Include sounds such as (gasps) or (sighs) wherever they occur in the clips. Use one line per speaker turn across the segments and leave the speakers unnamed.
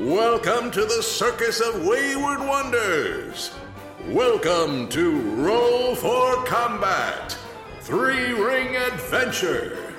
Welcome to the Circus of Wayward Wonders. Welcome to Roll for Combat Three Ring Adventure.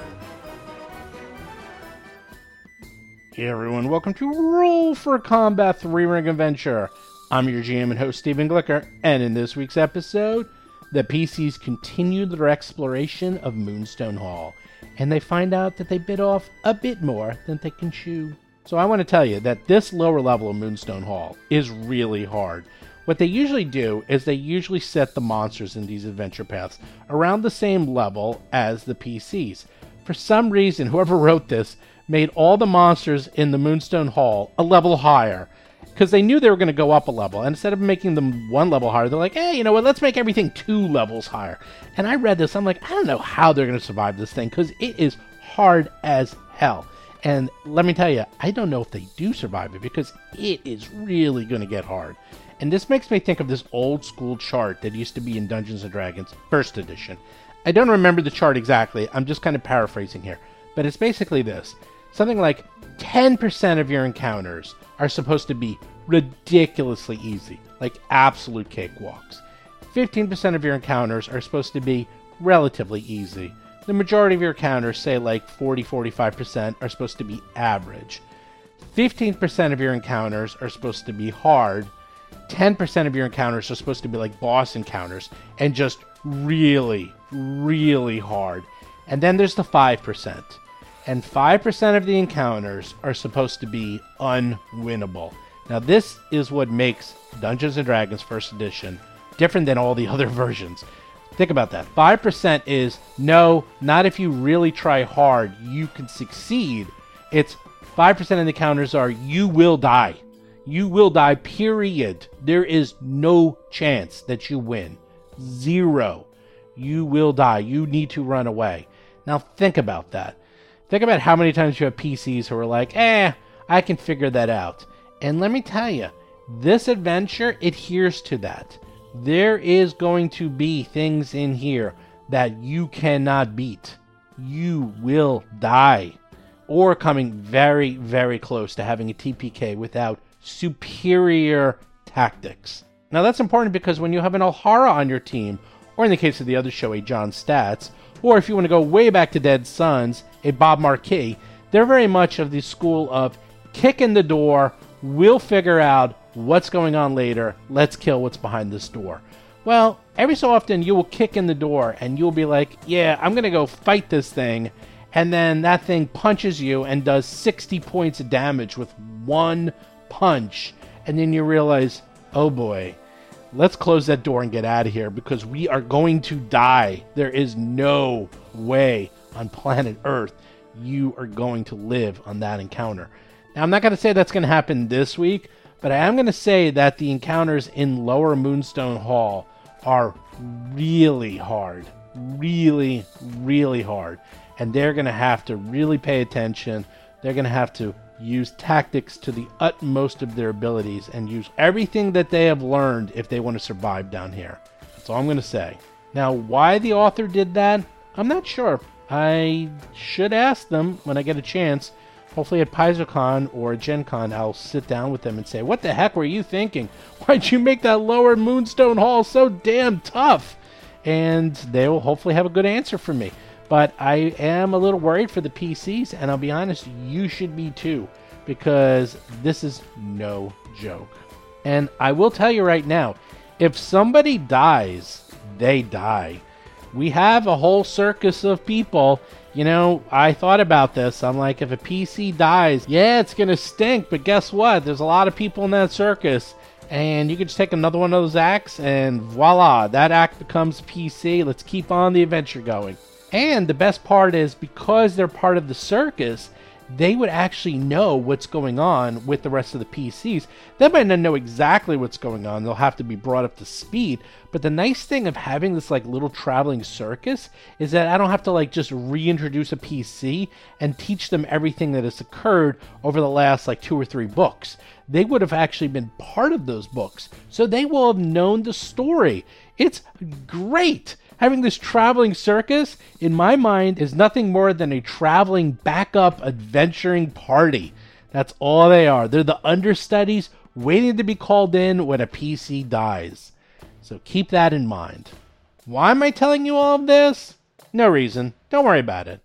Hey everyone, welcome to Roll for Combat 3 Ring Adventure. I'm your GM and host, Stephen Glicker, and in this week's episode, the PCs continue their exploration of Moonstone Hall, and they find out that they bit off a bit more than they can chew. So I want to tell you that this lower level of Moonstone Hall is really hard. What they usually do is they usually set the monsters in these adventure paths around the same level as the PCs. For some reason, whoever wrote this made all the monsters in the Moonstone Hall a level higher because they knew they were going to go up a level. And instead of making them one level higher, they're like, hey, you know what? Let's make everything two levels higher. And I read this, I'm like, I don't know how they're going to survive this thing because it is hard as hell. And let me tell you, I don't know if they do survive it because it is really going to get hard. And this makes me think of this old school chart that used to be in Dungeons and Dragons, first edition. I don't remember the chart exactly, I'm just kind of paraphrasing here. But it's basically this something like 10% of your encounters are supposed to be ridiculously easy, like absolute cakewalks. 15% of your encounters are supposed to be relatively easy. The majority of your encounters, say like 40 45%, are supposed to be average. 15% of your encounters are supposed to be hard. 10% of your encounters are supposed to be like boss encounters and just really, really hard. And then there's the 5%. And 5% of the encounters are supposed to be unwinnable. Now, this is what makes Dungeons and Dragons First Edition different than all the (laughs) other versions. Think about that. 5% is no, not if you really try hard, you can succeed. It's 5% of the encounters are you will die. You will die, period. There is no chance that you win. Zero. You will die. You need to run away. Now, think about that. Think about how many times you have PCs who are like, eh, I can figure that out. And let me tell you, this adventure adheres to that. There is going to be things in here that you cannot beat. You will die. Or coming very, very close to having a TPK without superior tactics. Now, that's important because when you have an Alhara on your team, or in the case of the other show, a John Stats, or if you want to go way back to Dead Sons, a Bob Marquis, they're very much of the school of kick in the door, we'll figure out what's going on later, let's kill what's behind this door. Well, every so often you will kick in the door and you'll be like, yeah, I'm going to go fight this thing. And then that thing punches you and does 60 points of damage with one punch. And then you realize, oh boy, let's close that door and get out of here because we are going to die. There is no way on planet Earth you are going to live on that encounter. Now, I'm not going to say that's going to happen this week, but I am going to say that the encounters in Lower Moonstone Hall are really hard. Really, really hard. And they're going to have to really pay attention. They're going to have to use tactics to the utmost of their abilities and use everything that they have learned if they want to survive down here. That's all I'm going to say. Now, why the author did that, I'm not sure. I should ask them when I get a chance. Hopefully at PaizoCon or Gen Con, I'll sit down with them and say, What the heck were you thinking? Why'd you make that lower Moonstone Hall so damn tough? And they will hopefully have a good answer for me but I am a little worried for the PCs, and I'll be honest, you should be too, because this is no joke. And I will tell you right now if somebody dies, they die. We have a whole circus of people. You know, I thought about this. I'm like, if a PC dies, yeah, it's going to stink, but guess what? There's a lot of people in that circus. And you can just take another one of those acts, and voila, that act becomes PC. Let's keep on the adventure going. And the best part is because they're part of the circus, they would actually know what's going on with the rest of the PCs. They might not know exactly what's going on. They'll have to be brought up to speed. But the nice thing of having this like little traveling circus is that I don't have to like just reintroduce a PC and teach them everything that has occurred over the last like two or three books. They would have actually been part of those books. So they will have known the story. It's great. Having this traveling circus, in my mind, is nothing more than a traveling backup adventuring party. That's all they are. They're the understudies waiting to be called in when a PC dies. So keep that in mind. Why am I telling you all of this? No reason. Don't worry about it.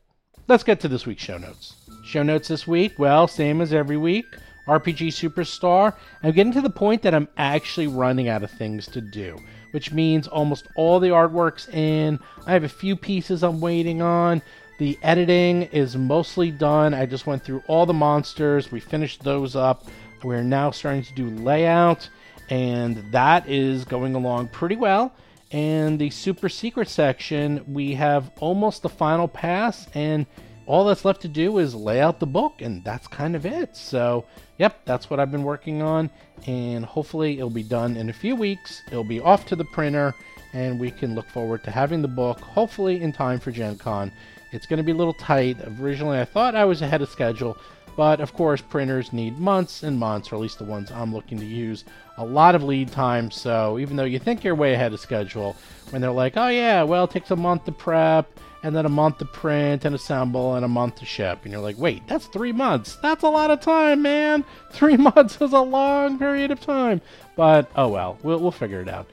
Let's get to this week's show notes. Show notes this week, well, same as every week. RPG Superstar. I'm getting to the point that I'm actually running out of things to do, which means almost all the artwork's in. I have a few pieces I'm waiting on. The editing is mostly done. I just went through all the monsters. We finished those up. We're now starting to do layout, and that is going along pretty well. And the super secret section, we have almost the final pass, and all that's left to do is lay out the book, and that's kind of it. So, yep, that's what I've been working on, and hopefully it'll be done in a few weeks. It'll be off to the printer, and we can look forward to having the book hopefully in time for Gen Con. It's going to be a little tight. Originally, I thought I was ahead of schedule, but of course, printers need months and months, or at least the ones I'm looking to use, a lot of lead time. So, even though you think you're way ahead of schedule, when they're like, oh, yeah, well, it takes a month to prep, and then a month to print and assemble, and a month to ship, and you're like, wait, that's three months. That's a lot of time, man. (laughs) Three months is a long period of time. But oh well, we'll, we'll figure it out.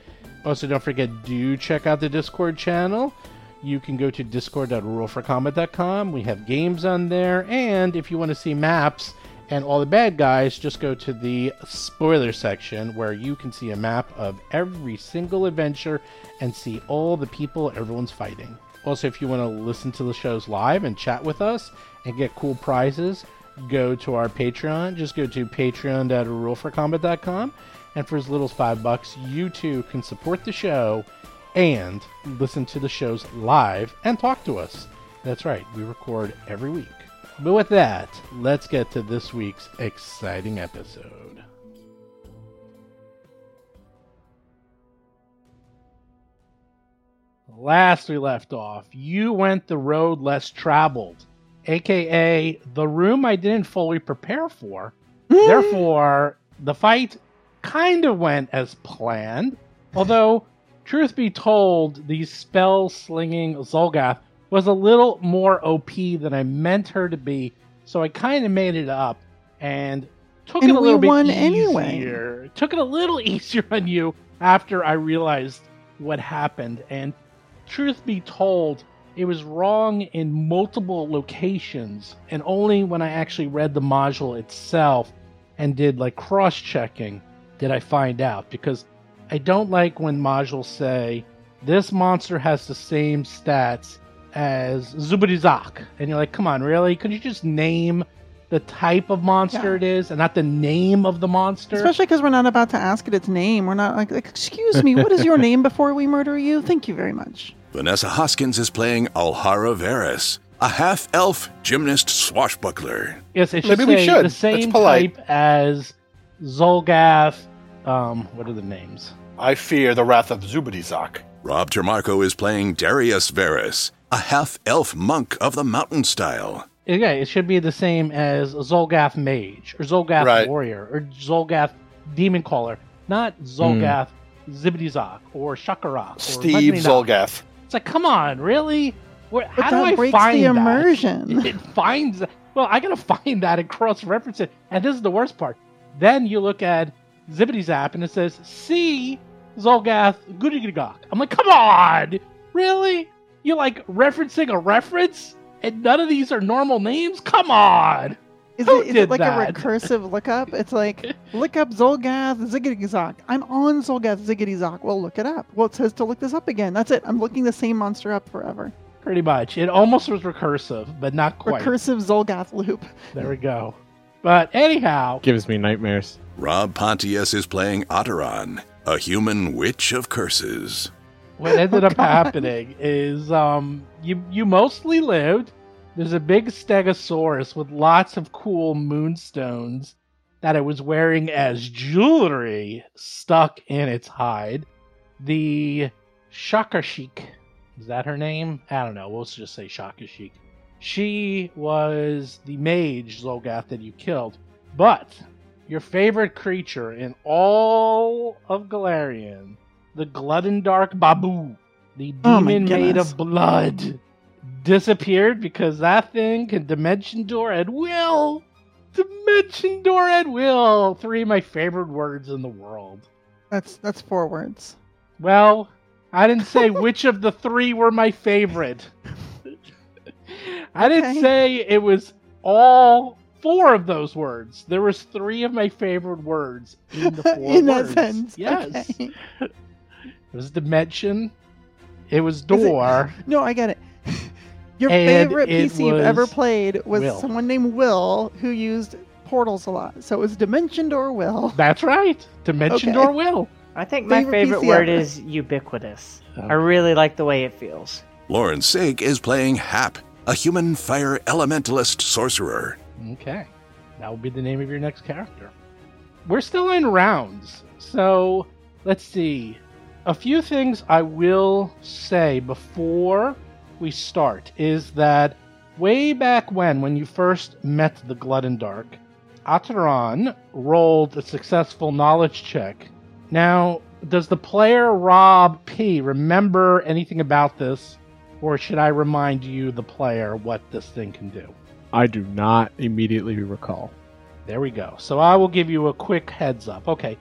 Also, don't forget, do check out the Discord channel. You can go to discord.rulforcombat.com. We have games on there, and if you want to see maps and all the bad guys, just go to the spoiler section where you can see a map of every single adventure and see all the people everyone's fighting. Also, if you want to listen to the shows live and chat with us and get cool prizes, go to our Patreon. Just go to patreon.ruleforcombat.com. And for as little as five bucks, you too can support the show and listen to the shows live and talk to us. That's right, we record every week. But with that, let's get to this week's exciting episode. Last we left off, you went the road less traveled, aka the room I didn't fully prepare
(laughs)
for. Therefore, the fight kind of went as planned. Although, truth be told, the spell slinging Zolgath was a little more OP than I meant her to be, so I kind of made it up and took
And
it a
we
little bit
won
easier.
anyway.
Took it a little (laughs) easier on you after I realized what happened. And truth be told, it was wrong in multiple locations, and only when I actually read the module itself and did like cross checking did I find out because I don't like when modules say this monster has the same stats as Zubidizak. And you're like, come on, really? Could you just name the type of monster
Yeah.
it is and not the name of the monster?
Especially because we're not about to ask it its name. We're not like, like, excuse me, what is
(laughs)
your name before we murder you? Thank you very much.
Vanessa Hoskins is playing Alhara Varus, a half elf gymnast swashbuckler.
Yes, it should
Maybe we
say
should.
the
That's
same
polite.
type as Zolgath. Um, what are the names?
I fear the wrath of Zubidizak.
Rob Termarco is playing Darius Varus, a half elf monk of the mountain style.
Yeah, it should be the same as Zolgath Mage or Zolgath
Right.
Warrior or Zolgath Demon Caller, not Zolgath Zibidizak or Shakarok. or
Hmm. Steve
Huntinok.
Zolgath.
It's like, come on, really? Where,
But
how do
that
I
breaks
find
the
that? (laughs)
immersion.
It finds. Well, I gotta (laughs) find that and cross-reference it. And this is the worst part. Then you look at Zibbity's app and it says "See Zolgath Goodigogok." I'm like, come on, really? You're like referencing a reference, and none of these are normal names. Come on.
Is
Who
it, is
did
it like a
that?
recursive lookup?
(laughs)
It's like, look up Zolgath Ziggity Zock. I'm on Zolgath Ziggity Zock. Well, look it up. Well, it says to look this up again. That's it. I'm looking the same monster up forever.
Pretty much. It almost was recursive, but not quite.
Recursive Zolgath loop.
there we go. But anyhow,
gives me nightmares.
Rob Pontius is playing Otteron, a human witch of curses.
what ended
Oh,
up
God.
happening is um you you mostly lived. There's a big stegosaurus with lots of cool moonstones that it was wearing as jewelry stuck in its hide. The Shakashik, is that her name? I don't know. We'll just say Shakashik. She was the mage Zolgath that you killed, but your favorite creature in all of Galarian the glutton dark babu the
Oh my
demon made
goodness.
of blood disappeared because that thing can dimension door at will Dimension door at will. Three of my favorite words in the world.
That's that's four words. (laughs)
Well, I didn't say which of the three were my favorite. I didn't
Okay.
say it was all four of those words. There was three of my favorite words
(laughs)
in the four
in
words.
that sense.
Yes.
Okay.
It was dimension. It was door.
(laughs) No, I get it. Your
And
favorite
it
PC you've ever
was
played was
Will.
someone named Will who used portals a lot. So it was Dimension Door Will.
That's right. Dimension
Okay.
door will.
I think my
Favorite
favorite
PC
word
ever.
is ubiquitous.
Oh.
I really like the way it feels.
Lauren Sake is playing Hap, a human fire elementalist sorcerer.
Okay. That will be the name of your next character. We're still in rounds. So let's see. A few things I will say before we start is that way back when, when you first met the Glutton Dark, Ataran rolled a successful knowledge check. Now, does the player Rob P remember anything about this, or should I remind you, the player, what this thing can do?
I do not immediately recall.
There we go. So I will give you a quick heads up. Okay.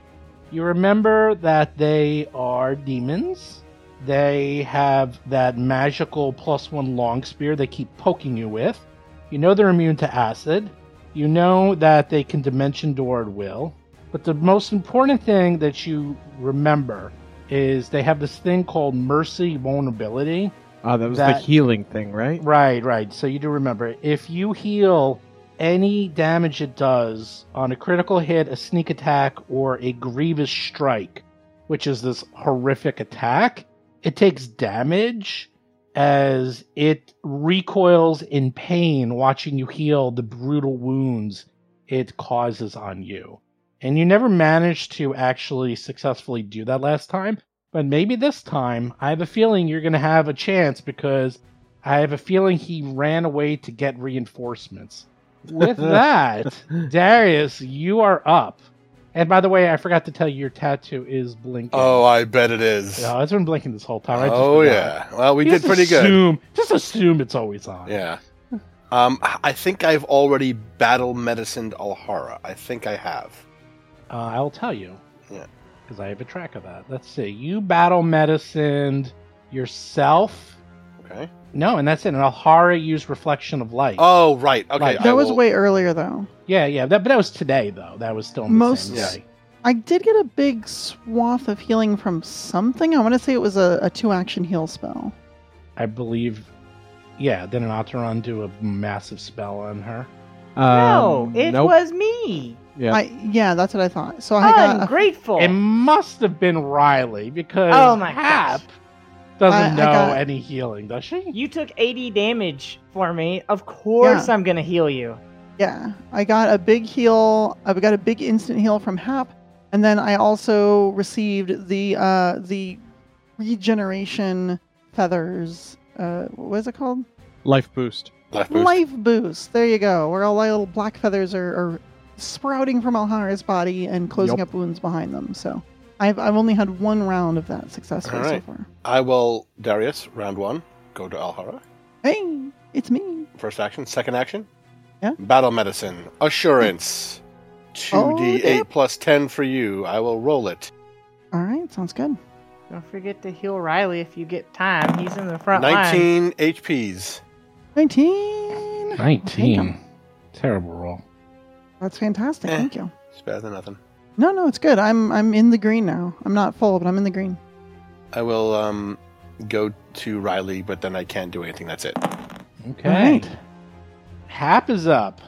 You remember that they are demons. They have that magical plus one long spear they keep poking you with. You know they're immune to acid. You know that they can dimension door at will. But the most important thing that you remember is they have this thing called mercy vulnerability.
Ah, that was
That-
the healing thing, right?
Right, right. So you do remember if you heal any damage it does on a critical hit, a sneak attack, or a grievous strike, which is this horrific attack, it takes damage as it recoils in pain watching you heal the brutal wounds it causes on you. And you never managed to actually successfully do that last time, but maybe this time I have a feeling you're going to have a chance because I have a feeling he ran away to get reinforcements. With that, Darius, you are up. And by the way, I forgot to tell you your tattoo is blinking.
Oh, I bet it is.
Yeah, it's been blinking this whole time. I just
oh
forgot.
yeah. Well, we
You
did
just
pretty good.
assume, good. Just assume it's always on.
Yeah. Um, I think I've already battle medicined Alhara. I think I have.
Uh, I'll tell you.
Yeah.
Because I have a track of that. Let's see. You battle medicined yourself.
Okay.
No, and that's it. And Alhara used reflection of light.
Oh right. Okay.
Right.
I
That was
will-
way earlier though.
Yeah, yeah. That, but that was today, though. That was still in the
Most-
same
Yeah.
day.
I did get a big swath of healing from something. I want to say it was a, a two action heal spell.
I believe. Yeah, didn't Ataran do a massive spell on her?
no,
Um,
it
nope.
was me.
Yeah.
I yeah, that's what I thought. So I got a,
Oh.
Ungrateful.
It must have been Riley because
Oh my
Hap
gosh.
doesn't
I- I
know
got-
any healing, does she?
You took 80 damage for me. Of course I'm going to heal you.
yeah, I got a big heal. I got a big instant heal from Hap, and then I also received the uh, the regeneration feathers. Uh, what is it called?
Life boost.
Left boost.
Life boost. There you go. Where all the little black feathers are, are sprouting from Alhara's body and closing
Yup.
up wounds behind them. So I've I've only had one round of that successfully
All right.
so far.
I will Darius round one. Go to Alhara.
Hey, it's me.
First action. Second action.
Yeah.
Battle medicine assurance. Two D
damn.
eight plus ten for you. I will roll it.
All right, sounds good.
Don't forget to heal Riley if you get time. He's in the front line.
Nineteen HPs.
Nineteen. I'll take 'em.
Terrible roll.
That's fantastic.
Eh.
Thank you.
It's better than nothing.
No, no, it's good. I'm I'm in the green now. I'm not full, but I'm in the green.
I will um go to Riley, but then I can't do anything. That's it.
Okay.
All right.
Hap is up.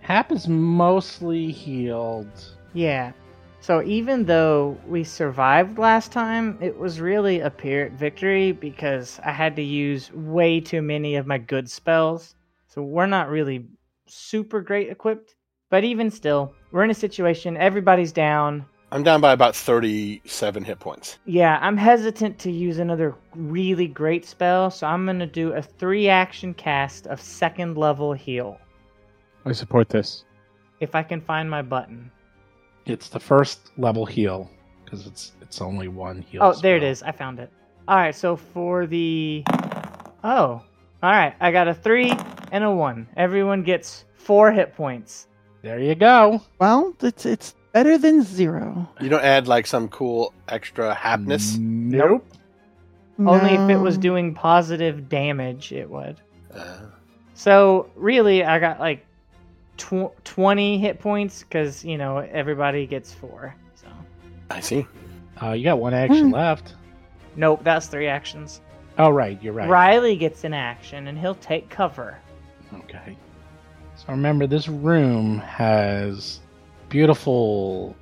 Hap is mostly healed.
Yeah. So even though we survived last time, it was really a pyrrhic victory because I had to use way too many of my good spells. So we're not really super great equipped. But even still, we're in a situation, everybody's down.
I'm down by about thirty-seven hit points.
Yeah, I'm hesitant to use another really great spell, so I'm going to do a three action cast of second level heal
I support this.
if I can find my button.
It's the first level heal because it's it's only one heal.
Oh, there it
spell.
is. I found it. All right, so for the oh, all right, I got a three and a one. Everyone gets four hit points.
There you go.
Well, it's it's better than zero.
You don't add like some cool extra hapness.
Nope.
Only if it was
No.
doing positive damage, it would.
Uh,
So really, I got like tw- twenty hit points because you know everybody gets four. So
I see.
Uh, you got one action
Hmm.
left.
nope, that's three actions.
Oh, right. You're right.
Riley gets an action and he'll take cover.
Okay. So remember, this room has beautiful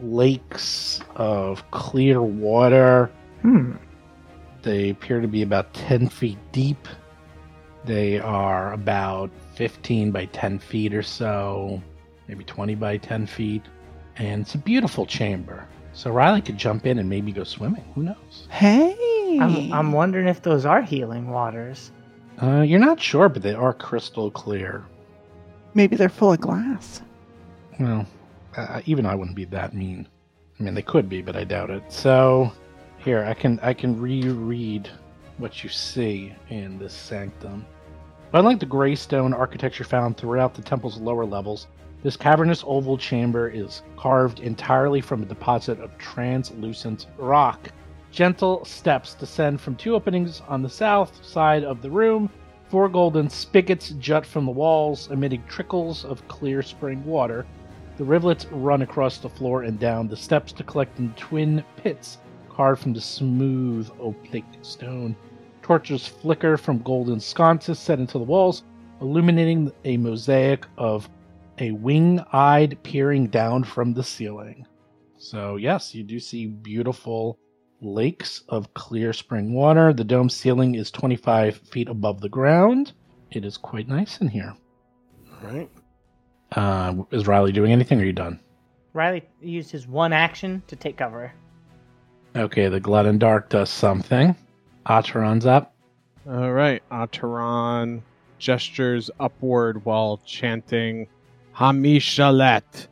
lakes of clear water.
Hmm.
They appear to be about 10 feet deep. They are about 15 by 10 feet or so, maybe 20 by 10 feet. And it's a beautiful chamber. So Riley could jump in and maybe go swimming. Who knows?
Hey,
I'm, I'm wondering if those are healing waters.
Uh, you're not sure, but they are crystal clear.
maybe they're full of glass.
Well, uh, even I wouldn't be that mean. I mean, they could be, but I doubt it. So, here I can I can reread what you see in this sanctum. Unlike the gray stone architecture found throughout the temple's lower levels, this cavernous oval chamber is carved entirely from a deposit of translucent rock. Gentle steps descend from two openings on the south side of the room. Four golden spigots jut from the walls, emitting trickles of clear spring water. The rivulets run across the floor and down the steps to collect in twin pits carved from the smooth, opaque stone. Torches flicker from golden sconces set into the walls, illuminating a mosaic of a wing eyed peering down from the ceiling. So, yes, you do see beautiful lakes of clear spring water. The dome ceiling is 25 feet above the ground. It is quite nice in here.
All right.
Uh, is Riley doing anything? Or are you done?
Riley used his one action to take cover.
Okay, the Glutton Dark does something. Ataran's up.
All right. Ataran gestures upward while chanting Hamishalet,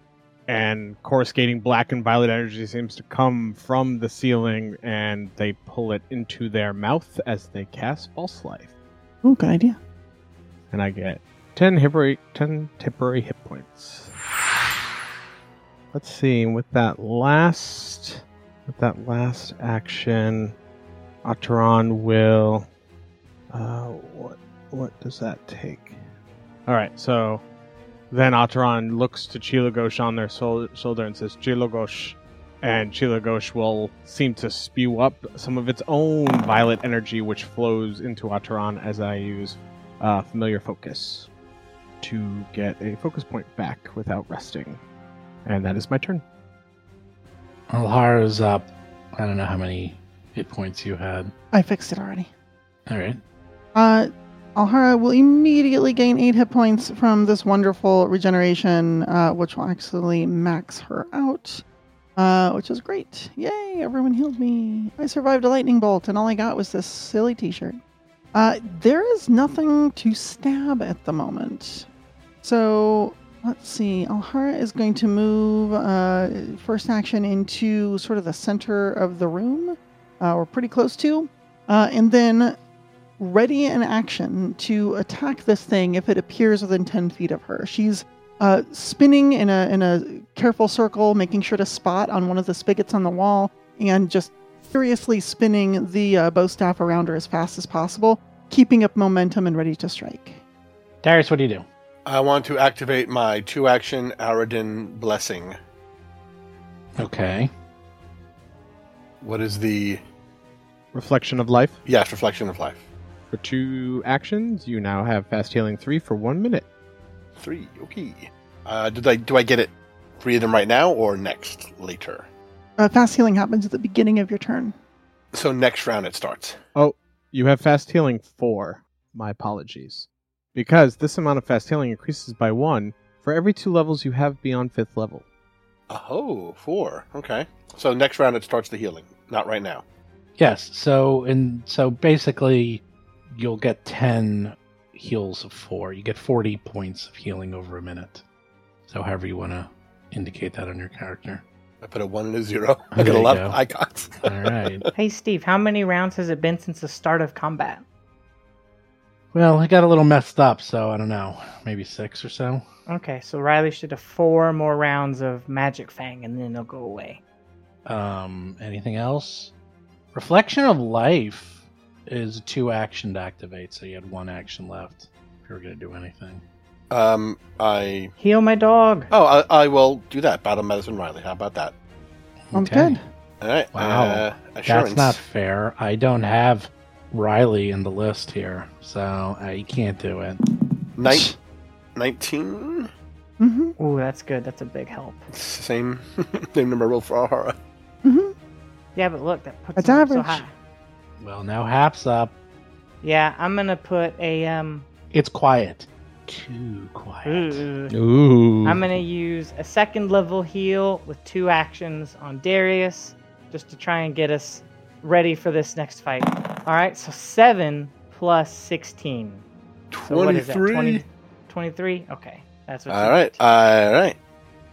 and coruscating black and violet energy seems to come from the ceiling, and they pull it into their mouth as they cast False Life.
Ooh, good idea.
And I get 10 temporary, 10 temporary hit points. Let's see, with that last with that last action, Ataran will uh, what what does that take? Alright, so then Ataran looks to Chilagosh on their sol- shoulder and says, Chilagosh. And Chilagosh will seem to spew up some of its own violet energy, which flows into Ataran as I use uh, familiar focus to get a focus point back without resting. And that is my turn.
Alhara's up. I don't know how many hit points you had.
I fixed it already.
All right.
Uh, Alhara will immediately gain eight hit points from this wonderful regeneration, uh, which will actually max her out, uh, which is great. Yay! Everyone healed me. I survived a lightning bolt, and all I got was this silly T-shirt. Uh, there is nothing to stab at the moment, so let's see. Alhara is going to move uh, first action into sort of the center of the room, uh, or pretty close to, uh, and then ready in action to attack this thing if it appears within 10 feet of her. She's uh, spinning in a, in a careful circle, making sure to spot on one of the spigots on the wall, and just furiously spinning the uh, bow staff around her as fast as possible, keeping up momentum and ready to strike.
Darius, what do you do?
I want to activate my two action Aradin blessing.
Okay.
What is the
Reflection of life.
yes reflection of life?
For two actions, you now have fast healing three for one minute.
Three. Okay. Uh, did I do I get it? Three of them right now or next later?
Uh, fast healing happens at the beginning of your turn.
So next round it starts.
You have fast healing four. My apologies. Because this amount of fast healing increases by one for every two levels you have beyond fifth level.
Oh, four. Okay. So next round it starts the healing. Not right now.
Yes. So and so basically, you'll get ten heals of four. You get forty points of healing over a minute. So however you want to indicate that on your character.
I put a one and
(laughs)
a zero. I
There
got a
you
lot
go.
of icons.
(laughs) All right.
Hey Steve, how many rounds has it been since the start of combat?
Well, I got a little messed up, so I don't know. Maybe six or so.
Okay, so Riley should have four more rounds of Magic Fang and then it'll go away.
Um, anything else? Reflection of Life is a two action to activate, so you had one action left if you were going to do anything.
Um, I
Heal my dog.
oh, I, I will do that. Battle medicine, Riley. How about that?
Sounds good.
All right.
Wow.
Uh, assurance.
That's not fair. I don't have Riley in the list here, so I can't do it.
Nine- Nineteen.
hmm
Ooh, that's good. That's a big help.
Same, (laughs) same number roll for Alhara.
hmm
Yeah, but look, that puts
That's
me up so
average.
high.
Well, now Hap's up.
Yeah, I'm gonna put a um.
It's quiet. Too quiet.
ooh.
Ooh.
I'm gonna use a second level heal with two actions on Darius, just to try and get us ready for this next fight. All right, so seven plus sixteen. So what is that? 20, 23? Okay, that's what.
All
you
right.
get.
All right.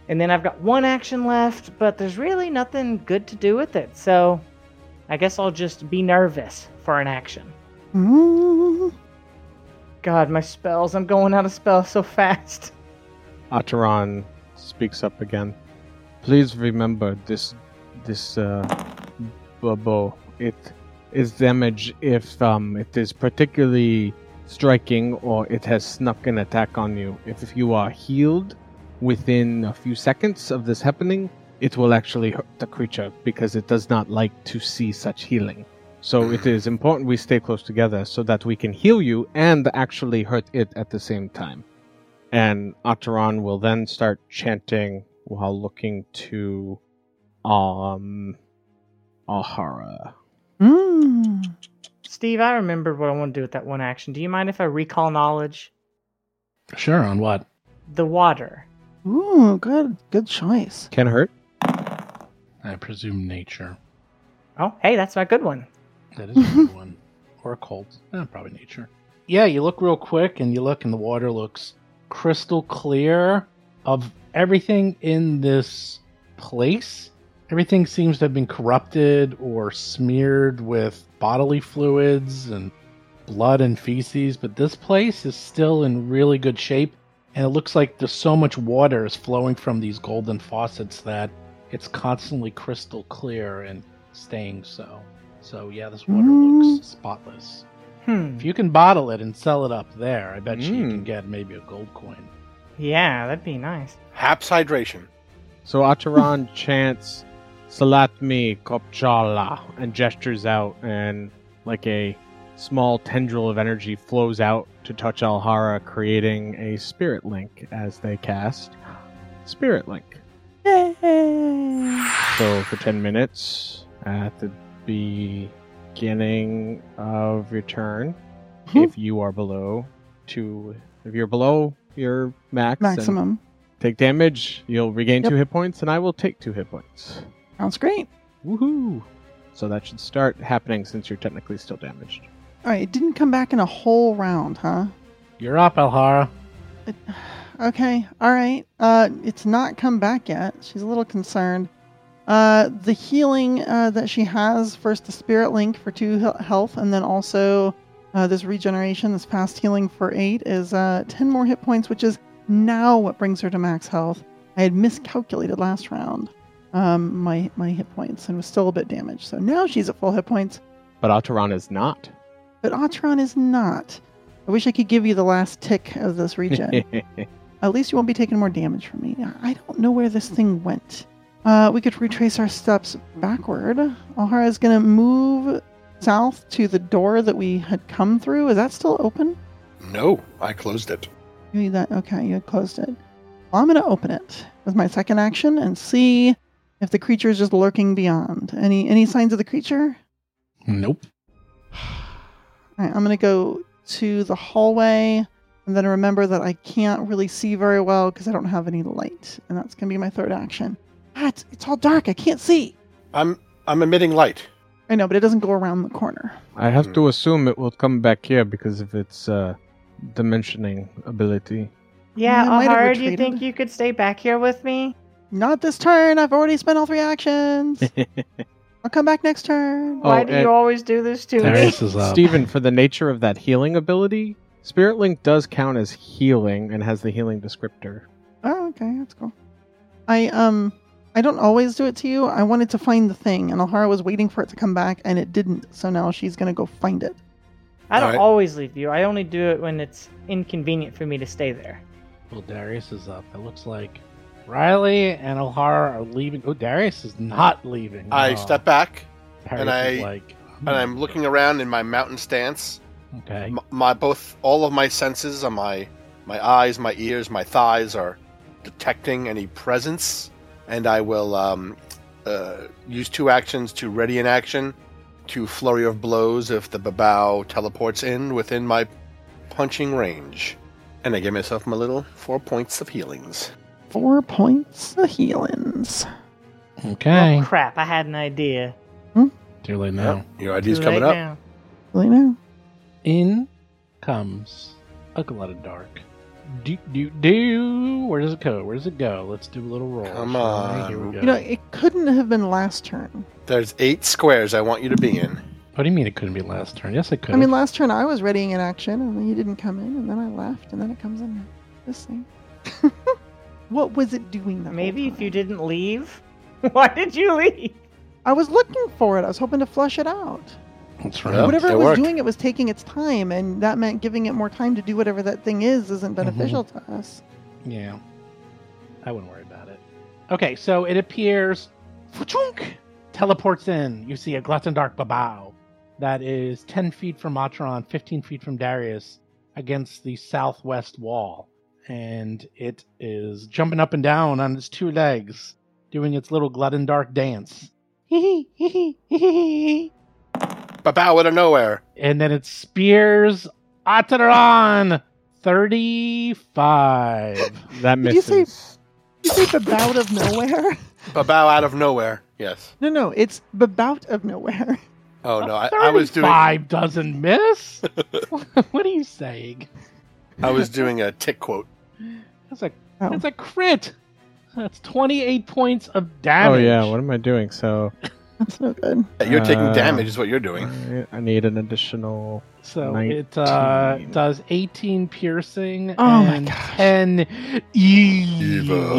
And then I've got one action left, but there's really nothing good to do with it. So, I guess I'll just be nervous for an action.
hmm
God, my spells! I'm going out of spells so fast. (laughs)
Ataran speaks up again. Please remember this this uh, bubble. It is damage if um, it is particularly striking or it has snuck an attack on you. If you are healed within a few seconds of this happening, it will actually hurt the creature because it does not like to see such healing. So it is important we stay close together so that we can heal you and actually hurt it at the same time and Ataran will then start chanting while looking to um Ahara.
mm
Steve, I remembered what I want to do with that one action. Do you mind if I recall knowledge?
Sure, on what?
The water.
Ooh, good, good choice.
Can hurt.
I presume nature.
Oh, hey, that's my good one.
That is a good one. Or a cult. Eh, probably nature. Yeah, you look real quick and you look, and the water looks crystal clear of everything in this place. Everything seems to have been corrupted or smeared with bodily fluids and blood and feces, but this place is still in really good shape. And it looks like there's so much water is flowing from these golden faucets that it's constantly crystal clear and staying so. So yeah, this water
Mm.
looks spotless.
Hmm.
If you can bottle it and sell it up there, I bet you you
Mm.
can get maybe a gold coin.
Yeah, that'd be nice.
Haps hydration.
So Ataran (laughs) chants Salatmi Kopchala and gestures out and like a small tendril of energy flows out to touch Alhara, creating a spirit link as they cast. Spirit link.
Yay!
So for 10 minutes at the beginning of your turn,
Hmm.
if you are below two, if you're below your max, and
Maximum.
take damage, you'll regain
Yep.
two hit points, and I will take two hit points.
Sounds great.
Woohoo! So that should start happening since you're technically still damaged.
All right, it didn't come back in a whole round, huh?
You're up, Alhara.
Okay, all right. Uh, it's not come back yet. She's a little concerned. Uh, the healing uh, that she has first the spirit link for two he- health, and then also uh, this regeneration, this fast healing for eight is uh, ten more hit points, which is now what brings her to max health. I had miscalculated last round um, my my hit points and was still a bit damaged, so now she's at full hit points.
But Ataran is not.
But Atron is not. I wish I could give you the last tick of this
(laughs)
regen. At least you won't be taking more damage from me. I don't know where this thing went. Uh, we could retrace our steps backward. Alhara is going to move south to the door that we had come through. Is that still open?
No, I closed it.
You need that. Okay, you had closed it. Well, I'm going to open it with my second action and see if the creature is just lurking beyond. Any any signs of the creature?
Nope.
All right, I'm going to go to the hallway and then remember that I can't really see very well because I don't have any light. And that's going to be my third action. Ah, it's, it's all dark. I can't see.
I'm I'm emitting light.
I know, but it doesn't go around the corner.
I have to assume it will come back here because of its uh, dimensioning ability.
Yeah,
Yeah, I might have
Ahara, do you
retreated.
think you could stay back here with me?
Not this turn. I've already spent all three actions. I'll come back next turn.
Eh. Oh,
Why do
and-
you always do this to me?
Darius is up.
Steven, for the nature of that healing ability, Spirit Link does count as healing and has the healing descriptor.
Oh, okay, that's cool. I um, I don't always do it to you. I wanted to find the thing, and Alhara was waiting for it to come back, and it didn't. So now she's gonna go find it.
I don't
Alright.
always leave you. I only do it when it's inconvenient for me to stay there.
Well, Darius is up. It looks like Riley and O'Hara are leaving. Oh, Darius is not leaving.
I
Oh,
step back
Darius
and
is
I-
like, "Hmm,
and I'm looking around in my mountain stance.
okay.
M- my both all of my senses are my my eyes, my ears, my thighs are detecting any presence, and I will um, uh, use two actions to ready an action to flurry of blows if the babao teleports in within my punching range, and I give myself my little four points of healings.
Four points of healings.
Okay.
Oh, crap, I had an idea.
Too late now.
Yep, Your ID's
Too
coming
late
up.
now.
Really now?
In comes a glut of dark. Do do do. Where does it go? Where does it go? Let's do a little roll.
Come
shall we? Here we
on.
go.
You know, it couldn't have been last turn.
There's eight squares I want you to be in.
what do you mean it couldn't be last turn? Yes, it could.
I mean, last turn I was readying an action, and then you didn't come in, and then I left, and then it comes in. now. This thing. (laughs) what was it doing? That whole
Maybe if you
time?
didn't leave. (laughs) Why did you leave?
I was looking for it. I was hoping to flush it out.
That's right.
Yeah,
whatever
they
it was
work.
doing, it was taking its time, and that meant giving it more time to do whatever that thing is isn't beneficial to us.
Yeah. I wouldn't worry about it. Okay, so it appears. Fuchunk! Teleports in. You see a Glutton Dark Babao. That is 10 feet from Matron, 15 feet from Darius, against the southwest wall. And it is jumping up and down on its two legs, doing its little Glutton Dark dance. and
Babao out of nowhere.
then it spears Ataran! 35.
That
Did you
misses.
say- You say babout of nowhere? (laughs)
Babao out of nowhere. Yes.
No, no, it's babout of nowhere. (laughs)
Oh no, I, I was doing
five doesn't
(laughs)
miss. what are you saying?
I was doing a tick quote.
That's a
Oh.
that's a crit. That's twenty eight points of
Oh
damage.
yeah, what am I doing? So
That's no good.
You're taking
Uh,
damage, is what you're doing.
I I need an additional.
so it
19.
uh, does eighteen piercing
Oh my
and
gosh.
ten evil.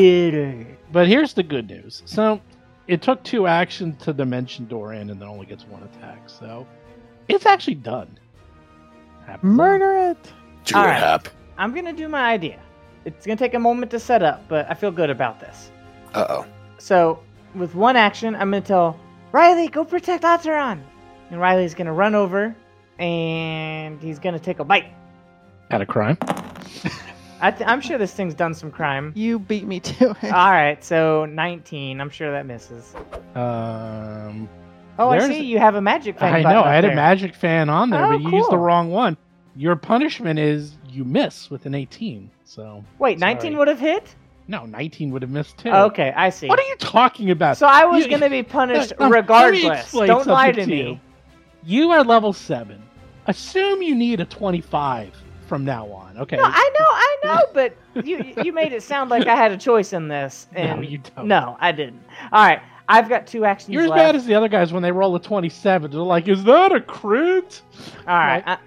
damage.
Shitter.
But here's the good news. So it took two actions to dimension door in, and then only gets one attack. So it's actually done. Happens.
Murder it.
Do
All
it,
right.
Hap.
I'm gonna do my idea. It's gonna take a moment to set up, but I feel good about this.
Uh oh.
So, with one action, I'm gonna tell Riley, go protect Ataran. And Riley's gonna run over, and he's gonna take a bite.
At a crime.
I th- I'm sure this thing's done some crime.
You beat me to it.
All right, so 19. I'm sure that misses.
Um,
Oh, I
There's-
see you have a magic fan.
I
button
know.
up
I had
there.
a magic fan on there,
Oh,
but you used the
cool.
wrong one. Your punishment is you miss with an 18. So
Wait,
Sorry.
19 would have hit?
no, 19 would have missed too.
Okay, I see.
What are you talking about?
so I
Uh,
was
You-
going to be punished
No, no, (laughs) let me
regardless.
explain
Don't lie to
something to
me.
you are level seven. Assume you need a 25 from now on. Okay.
No, I know, I know, but you you made it sound like I had a choice in this,
(laughs) No,
and
you don't.
no, I didn't. All right, I've got two actions
You're as
left.
bad as the other guys when they roll a 27. They're like, "Is that a crit?"
All right, I,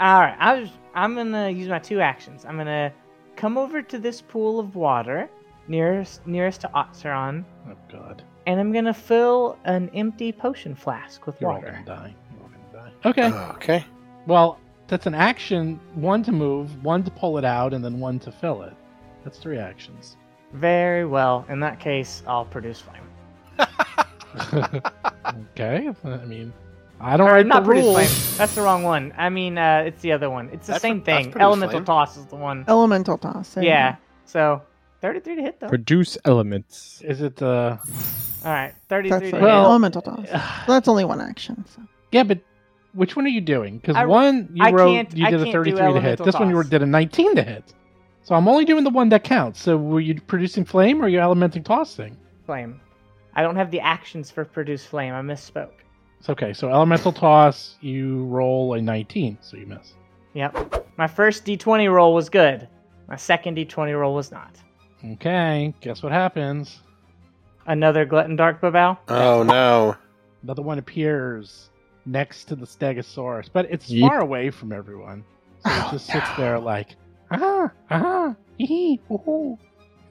all right. I was, I'm gonna use my two actions. I'm gonna come over to this pool of water nearest nearest to Otzeron,
Oh God,
and I'm gonna fill an empty potion flask with
you're all
water.
gonna die. You're all gonna die. Okay.
Okay.
Well, that's an action, one to move, one to pull it out, and then one to fill it. That's three actions.
Very well. In that case, I'll produce flame. Ah.
okay. uh, I mean, I don't
Or
write
not
the
produce
rules.
flame. That's the wrong one. I mean, uh, it's the other one. It's the
That's-
same
that's
thing.
produce
Elemental
flame.
toss is the one.
Oh,
Elemental toss. there you
yeah.
go.
So 33 to hit though.
Produce elements.
Is it the?
All right, 33
That's
to
like
Well- um,
hit.
elemental toss. That's only one action. So.
Yeah, but which one are you doing? Because
I-
one you
I
wrote,
can't-
you
I
did
can't
a
do
thirty-three to hit.
elemental
This one you were-
toss.
did a nineteen to hit. So I'm only doing the one that counts. So were you producing flame or you elementing tossing?
Flame. I don't have the actions for produce flame. I misspoke.
It's okay. So elemental toss, you roll a nineteen, so you miss.
Yep. My first d20 roll was good. My second d20 roll was not.
Okay. Guess what happens?
Another glutton dark babao.
Oh no.
Another one appears. next to the Stegosaurus, but it's
Yep.
far away from everyone. So
Oh,
it just sits there like, ah, ah, hee hee, hoo hoo.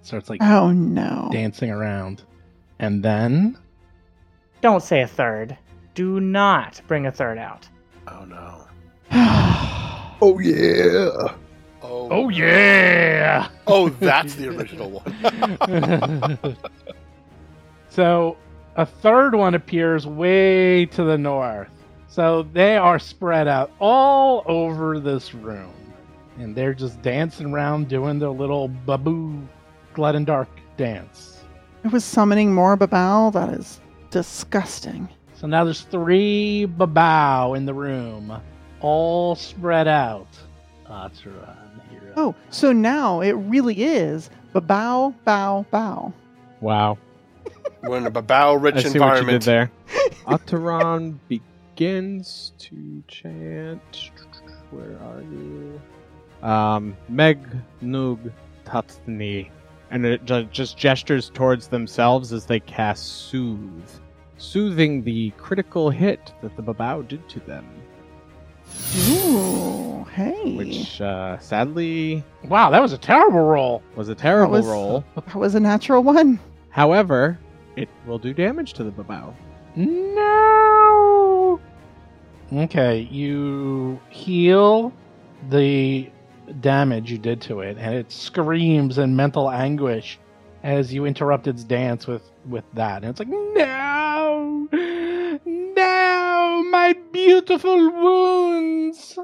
It starts like
Oh no. (sighs)
dancing around. And then
Don't say a third. Do not bring a third out.
Oh no.
Damn.
Oh yeah. Oh.
Oh yeah!
Oh, that's the original one.
so a third one appears way to the north. So they are spread out all over this room. And they're just dancing around doing their little baboo glutton dark dance.
it was summoning more Babel. That is disgusting.
So now there's three babao in the room, all spread out. Ah, Ataran, Hira.
Oh, so now it really is Babao, bow, bow.
Wow.
We're in a babao
I
rich
see what you did
environment.
there. (laughs) Ataran begins to chant. Where are you? Um, Meg Nug Tatni. And it ju- just gestures towards themselves as they cast Soothe, soothing the critical hit that the Babao did to them,
Ooh, hey.
which uh, sadly
Wow, that was a terrible roll.
was a terrible
was-
roll.
That was a natural one.
However, it will do damage to the Babao.
No. Okay, you heal the damage you did to it, and it screams in mental anguish as you interrupt its dance with with that. And it's like, no, no, my beautiful wounds.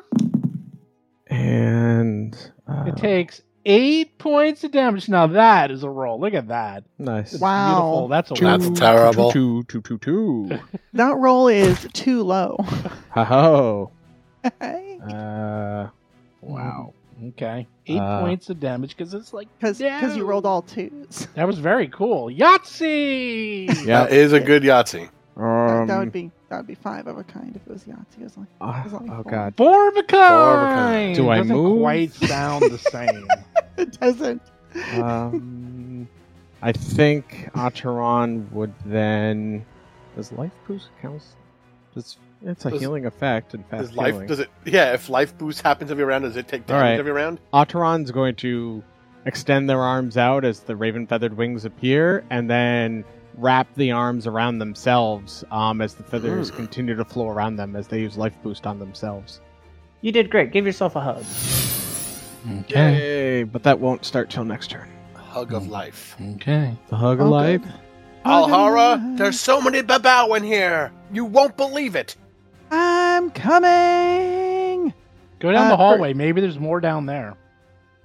And. Uh,
It takes eight points of damage. Now that is a roll. Look at that.
nice.
It's
Wow.
beautiful. That's a
That's
roll.
terrible.
Two, two, two, two.
(laughs)
two.
That roll is too low. (laughs)
ha ho.
Because
Uh, wow.
Okay, eight
Uh,
points of damage because it's like
because you rolled all twos.
That was very cool. (laughs) Yahtzee!
Yeah.
That is a good Yahtzee.
That-
Um,
that would be that would be five of a kind if it was Yahtzee. It was like (laughs)
uh,
was only
oh,
four.
God.
Four of a kind!
kind.
Do I
Doesn't
move?
quite sound the same.
it doesn't.
Um, I think Acheron would then. Does life boost count? Does, it's a
Does-
healing effect and fast
Does life
healing.
does it? Yeah, if life boost happens every round, does it take
All
damage
right.
every round?
Otteron's going to extend their arms out as the raven feathered wings appear, and then wrap the arms around themselves um, as the feathers
Mm.
continue to flow around them as they use life boost on themselves.
You did great. Give yourself a hug.
(laughs) Okay.
Yay! But that won't start till next turn.
Hug of life.
Okay.
The hug of
Oh,
life.
good.
Alhara, there's so many babao in here. You won't believe it.
I'm coming.
Go down the
Uh, for-
hallway. Maybe there's more down there.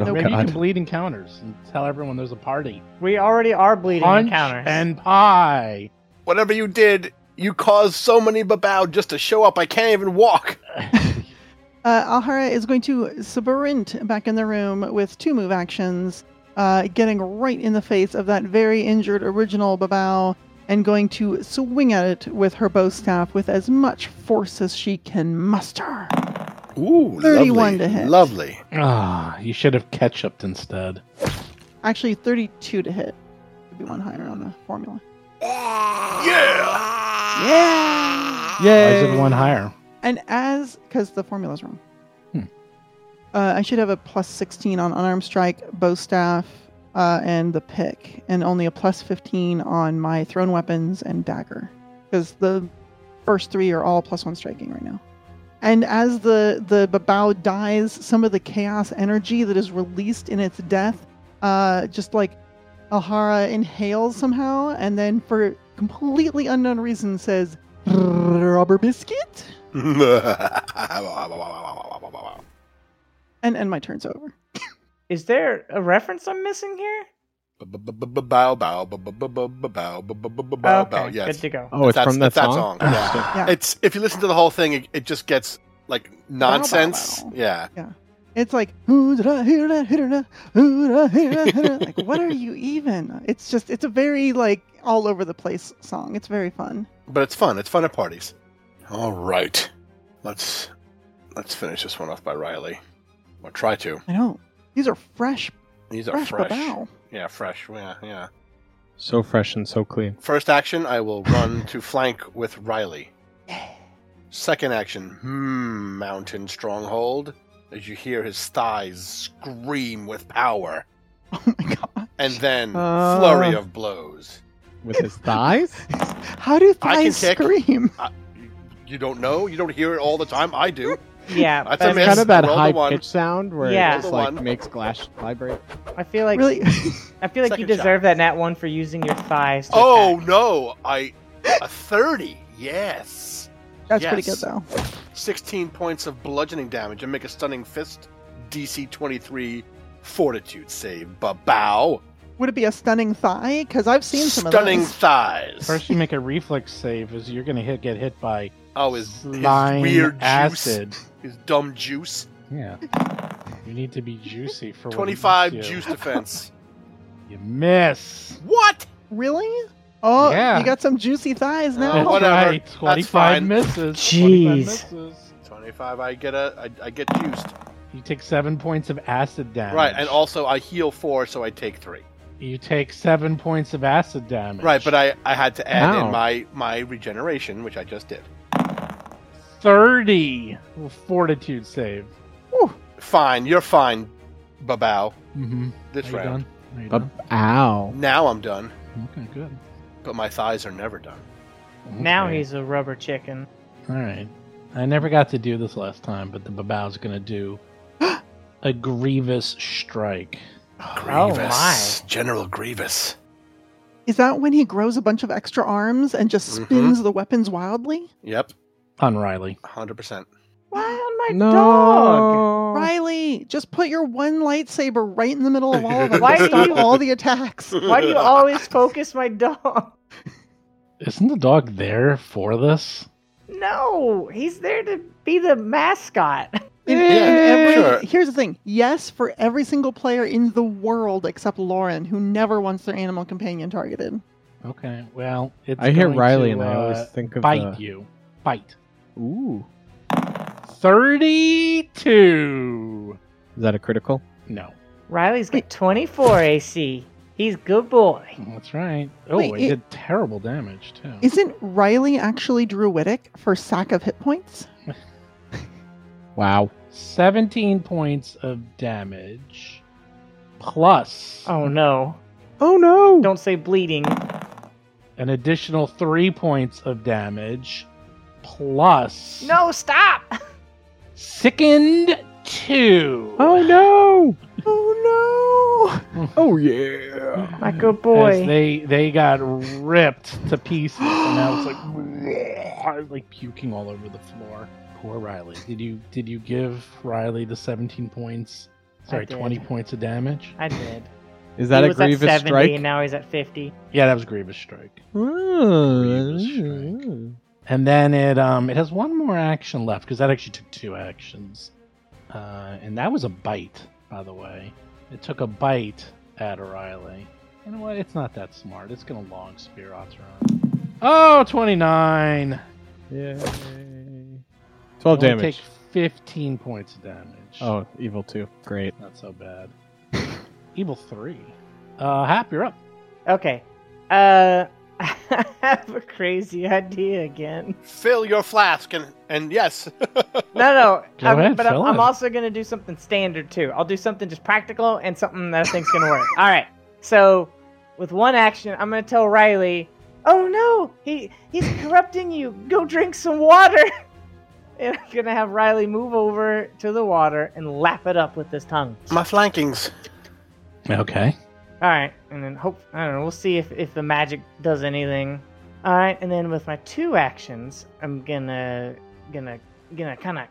Oh,
Maybe you
God.
can bleed encounters and tell everyone there's a party.
We already are bleeding
Punch
encounters.
and pie.
Whatever you did, you caused so many babao just to show up. I can't even walk.
Uh, Alhara is going to sprint back in the room with two move actions, uh, getting right in the face of that very injured original Babao, and going to swing at it with her bow staff with as much force as she can muster.
Ooh,
31
lovely.
to hit.
Lovely.
Ah, you should have ketchuped instead.
Actually, 32 to hit. Would be one higher on the formula.
Yeah.
Yeah!
Why
Yay!
is it one higher?
And as because the formula's wrong,
Hmm.
uh, I should have a plus sixteen on unarmed strike, bow staff, uh, and the pick, and only a plus fifteen on my thrown weapons and dagger, because the first three are all plus one striking right now. And as the the babao dies, some of the chaos energy that is released in its death, uh, just like Alhara inhales somehow, and then for completely unknown reason says rubber biscuit. and and my turn's over.
Is there a reference I'm missing here?
Bow, bow, bow, bow, bow, bow, bow, bow, bow.
okay,
Yes.
good to go.
Oh, it's
That's-
from that
that's that song,
song.
yeah.
Interesting.
Yeah.
It's if you listen to the whole thing, it, it just gets like nonsense.
bow, bow.
Yeah.
It's like "Hoo-da-da, hoo-da-da, hoo-da-da, hoo-da, hoo-da, hoo-da." like what are you even? It's just it's a very like all over the place song. It's very fun.
But it's fun. It's fun at parties. All right. Let's let's finish this one off by Riley. Or try to.
I know. These are fresh,
These are
fresh,
fresh.
babao.
Yeah, fresh. Yeah, yeah.
So fresh and so clean.
First action, I will run to flank with Riley. Second action, hmm, mountain stronghold, as you hear his thighs scream with power,
(laughs) Oh my god.
and then
Uh.
flurry of blows.
with (laughs) his thighs.
How do
I can
thighs
take-
scream?
You- You don't know? You don't hear it all the time? I
(laughs)
do.
Yeah,
That's
but I,
a
mean,
miss.
kind of that
roll the
high
one.
pitch sound where
Yeah.
it just
Roll the
like
one.
makes glass vibrate.
I feel like
really? (laughs)
I feel like you
Second shot.
deserve that nat one for using your thighs. To
Oh
attack.
no, I a 30. Yes.
That's pretty good
Yes.
though.
16 points of bludgeoning damage and make a stunning fist DC 23 fortitude save. Ba bow.
Would it be a stunning thigh? Because I've seen some
Stunning
of those.
thighs.
First, you make a reflex save, as you're going to hit get hit by
oh, his, his
lime
weird
acid.
juice. His dumb juice.
Yeah, you need to be juicy for what it
25
gives you. (laughs)
juice defense.
You miss.
what?
Really? Oh,
Yeah.
you got some juicy thighs
Oh,
now.
That's
whatever.
right.
That's
Twenty-five
fine.
misses.
Jeez.
25 misses.
25 I get a I, I get juiced.
You take seven points of acid damage.
Right, and also I heal 4 so I take 3.
you take seven points of acid damage.
Right, but I I had to add
Ow.
in my my regeneration, which I just did.
thirty fortitude save.
Fine, you're fine. Ba bow.
Mm-hmm.
This round.
Are you
Ba- Ow.
Now I'm done,
done? Okay, good.
but my thighs are never done.
Now
Okay.
he's a rubber chicken.
All right. I never got to do this last time, but the Babow's going to
(gasps)
do a grievous strike.
Oh, my.
General Grievous.
Is that when he grows a bunch of extra arms and just
Mhm.
spins the weapons wildly?
Yep,
On Riley.
100%.
Why on my
(laughs)
No.
dog?
Oh.
Riley, just put your one lightsaber right in the middle of all of them.
Why
Why
do
stop
you-
all the attacks?
Why do you always focus my dog? (laughs)
Isn't the dog there for this?
No, he's there to be the mascot.
In, in
Yeah,
every-
sure.
Here's the thing. Yes, for every single player in the world except Lauren, who never wants their animal companion targeted.
Okay. Well, it's
I hear
going
Riley
to,
and I
uh,
always think of
bite
the-
you. Bite.
Ooh.
32.
Is that a critical?
No.
Riley's got 24 AC. He's good boy.
That's right. Oh,
Wait,
it,
it-
did terrible damage too.
Isn't Riley actually druidic for sack of hit points?
Wow.
17 points of damage plus
Oh no!
Oh no.
Don't say bleeding.
an additional 3 points of damage plus
No, stop!
Sickened two.
(laughs) Oh (laughs) no.
Oh
(laughs) Oh yeah.
My good
As
boy.
they they got ripped to pieces, and now
(gasps)
(gasps) it's like like puking all over the floor. Poor Riley. Did you did you give Riley the seventeen points?
I
Sorry,
did.
twenty points of damage.
I did.
Is that
he
a
was
grievous
at 70
strike?
and now he's at 50.
Yeah, that was Grievous Strike.
Ooh.
Grievous And then it um it has one more action left because that actually took two actions, uh, and that was a bite, by the way. It took a bite at Riley. You know what? It's not that smart. It's gonna long spear Otteron. Oh, 29.
Yay. Twelve
Only
damage.
Take 15 points of damage.
Oh, evil two. Great.
not so bad. (laughs) Evil three. Uh, Hap, you're up.
Okay. Uh, (laughs) I have a crazy idea again.
Fill your flask and and yes.
No, no.
Go
I'm,
ahead,
but I'm,
fill
I'm
in.
also going to do something standard too. I'll do something just practical and something that I think's going to work. (laughs) All right. So, with one action, I'm going to tell Riley, "Oh no, he he's corrupting you. Go drink some water." (laughs) And I'm going to have Riley move over to the water and lap it up with his tongue.
my flankings.
Okay.
All right, and then hope I don't know. We'll see if if the magic does anything. All right, and then with my two actions, I'm gonna gonna gonna kind of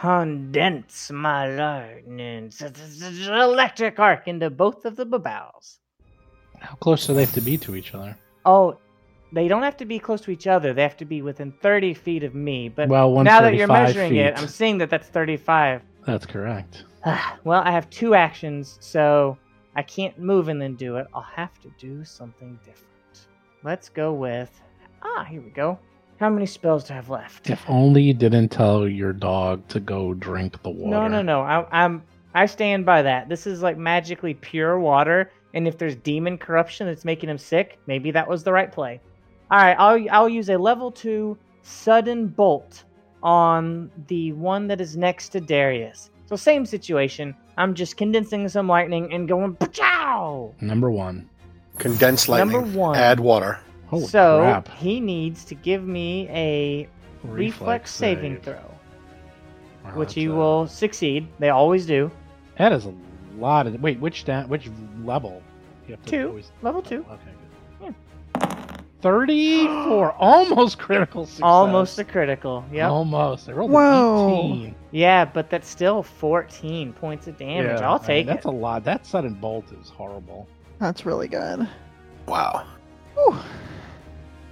condense my lightning s- s- s- electric arc into both of the babows.
How close do they have to be to each other?
Oh, they don't have to be close to each other. They have to be within 30 feet of me. But
Well,
now that you're
135
measuring it,
feet.
I'm seeing that that's 35.
That's correct.
Ah, well, I have two actions, so I can't move and then do it. I'll have to do something different. Let's go with. Ah, here we go. How many spells do I have left?
If only you didn't tell your dog to go drink the water.
No, no, no. I, I'm I stand by that. This is like magically pure water, and if there's demon corruption that's making him sick, maybe that was the right play. All right, I'll I'll use a level two sudden bolt on the one that is next to Darius. So same situation. I'm just condensing some lightning and going pachow.
Number one.
Condensed lightning.
Number one.
Add water.
Holy
so
crap.
he needs to give me a reflex, saving
save.
throw,
Wow,
which
that's
he
a-
will succeed. They always do.
That is a lot of. Wait, which da- which level? You have
Two.
always-
Level two.
Okay. Good.
(gasps)
Thirty-four, almost critical success.
Almost a critical. Yep.
Oh. Almost. I rolled an
Whoa.
18.
Yeah, but that's still 14 points of damage.
Yeah,
I'll
I mean,
take it.
That's a lot. That sudden bolt is horrible.
That's really good.
Wow.
Whew.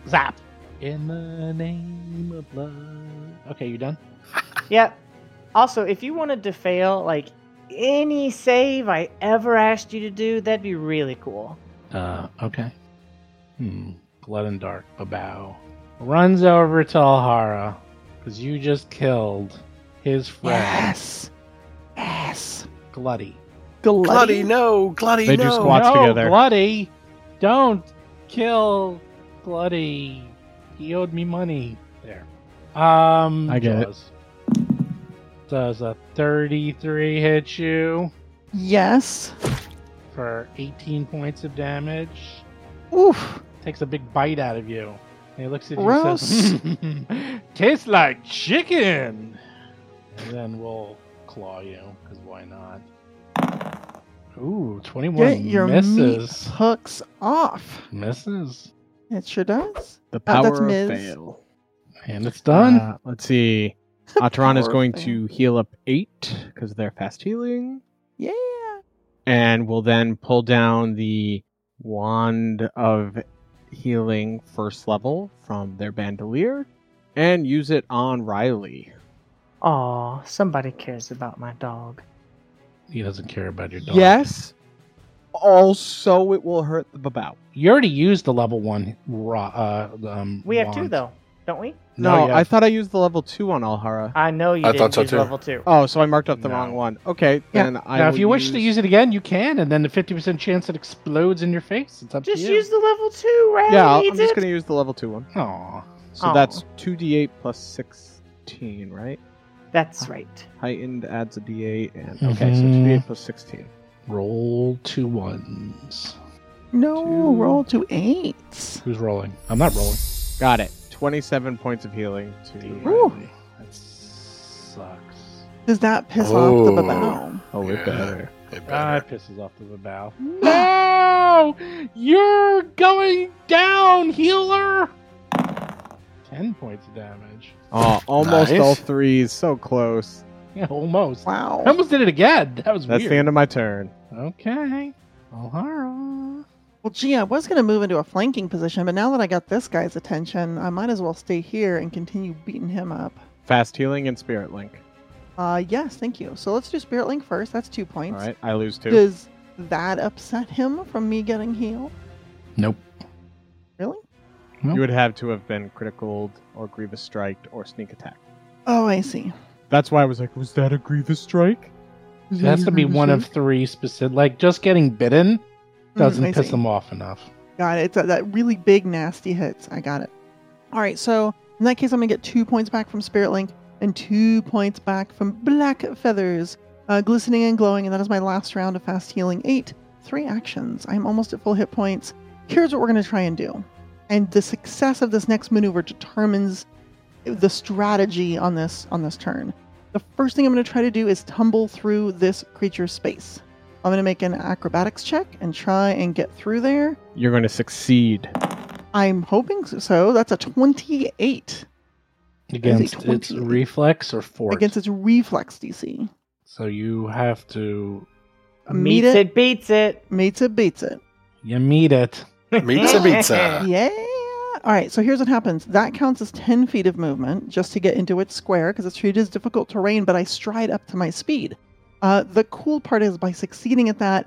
Zap. In the name of love. Okay, you done?
Yep. Also, if you wanted to fail, like any save I ever asked you to do, that'd be really cool.
Uh, okay. Hmm. Blood and dark. A bow. Runs over to Alhara because you just killed his friend,
Yes. Yes.
Glutty.
Glutty.
Glutty, no. Glutty,
They
no.
do squat- Lots
no,
together.
Glutty, don't kill Glutty. He owed me money. There. Um,
I get it.
Jaws. Does a 33 hit you
Yes.
for 18 points of damage?
Oof.
Takes a big bite out of you. And he looks at
Gross.
you and says, (laughs) Tastes like chicken! And then we'll claw you, because why not? Ooh, 21
Get your
misses.
meat hooks off.
Misses.
It sure does.
The
Uh,
power
that's
of
Miz.
fail.
And it's done.
Uh, let's (laughs) see. Ataran is
Power of
going
fail.
to heal up eight because they're fast healing,
Yeah.
and will then pull down the wand of healing first level from their bandolier and use it on Riley.
Aw, somebody cares about my dog.
he doesn't care about your dog.
Yes. Also, it will hurt the babau.
You already used the level one raw. Uh, um,
We have two
wand.
though, don't we?
No,
you
I
have-
thought I used the level two on Alhara.
I know you
I
didn't
thought so,
use
too.
level two.
Oh, so I marked up the
No.
wrong one. Okay,
Yeah.
then I.
now, if
will
you wish to use it again, you can, and then the fifty percent chance it explodes in your face. It's up
Just
to you.
use the level two, right?
yeah, I'll- I'm just gonna use the level two one.
Aw.
So
Aw.
that's two d8 plus sixteen, right?
That's right.
Heightened adds a d8, and okay, so
Mhm.
two d8 plus sixteen.
Roll two ones.
No.
Two.
Roll to eights.
Who's rolling? I'm not rolling.
Got it. Twenty-seven points of healing to.
Ooh.
Riley.
That sucks.
Does that piss off
Oh.
the babao?
Oh, it
Yeah.
better.
It
Ah,
better.
it pisses off the bow. No! You're going down, healer! Ten points of damage.
Oh, almost
Nice.
all threes. So close.
Yeah, almost.
Wow.
I almost did it again. That was
That's
weird.
the end of my turn.
Okay. Alhara.
Well, gee, I was going to move into a flanking position, but now that I got this guy's attention, I might as well stay here and continue beating him up.
Fast healing and spirit link.
Uh, yes, thank you. So let's do Spirit Link first. That's two
All
points.
right, I lose two.
Does that upset him from me getting healed?
Nope.
Really?
You would have to have been critical or grievous striked or sneak attack.
Oh, I see.
That's why I was like, was that a grievous strike?
Is
It has
that
to be
your
one of
reason?
three specific. Like, just getting bitten doesn't
Mm, I
piss
see.
them off enough.
Got it. It's that- that really big, nasty hits. I got it. All right. So in that case, I'm going to get two points back from Spirit Link and two points back from Black Feathers, uh, glistening and glowing. And that is my last round of fast healing. Eight, three actions. I'm almost at full hit points. Here's what we're going to try and do. And the success of this next maneuver determines the strategy on this on this turn. The first thing I'm going to try to do is tumble through this creature's space. I'm going to make an acrobatics check and try and get through there.
You're going to succeed.
I'm hoping so. That's a 28
Against its
20.
reflex or fort.
against its reflex DC.
so you have to.
Meet
Meets
it,
it. beats it.
meets it, beats it.
You meet it.
Meets a pizza.
Yeah. All right. So here's what happens. That counts as 10 feet of movement just to get into its square because it's treated as difficult terrain, but I stride up to my speed. Uh, the cool part is by succeeding at that,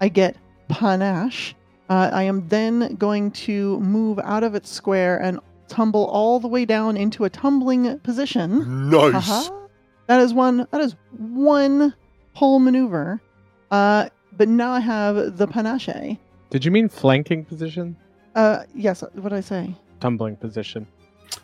I get panache. Uh, I am then going to move out of its square and tumble all the way down into a tumbling position.
Nice.
Uh-huh. That is one. That is one whole maneuver. Uh, but now I have the panache.
Did you mean flanking position?
Uh, yes. What did I say?
Tumbling position.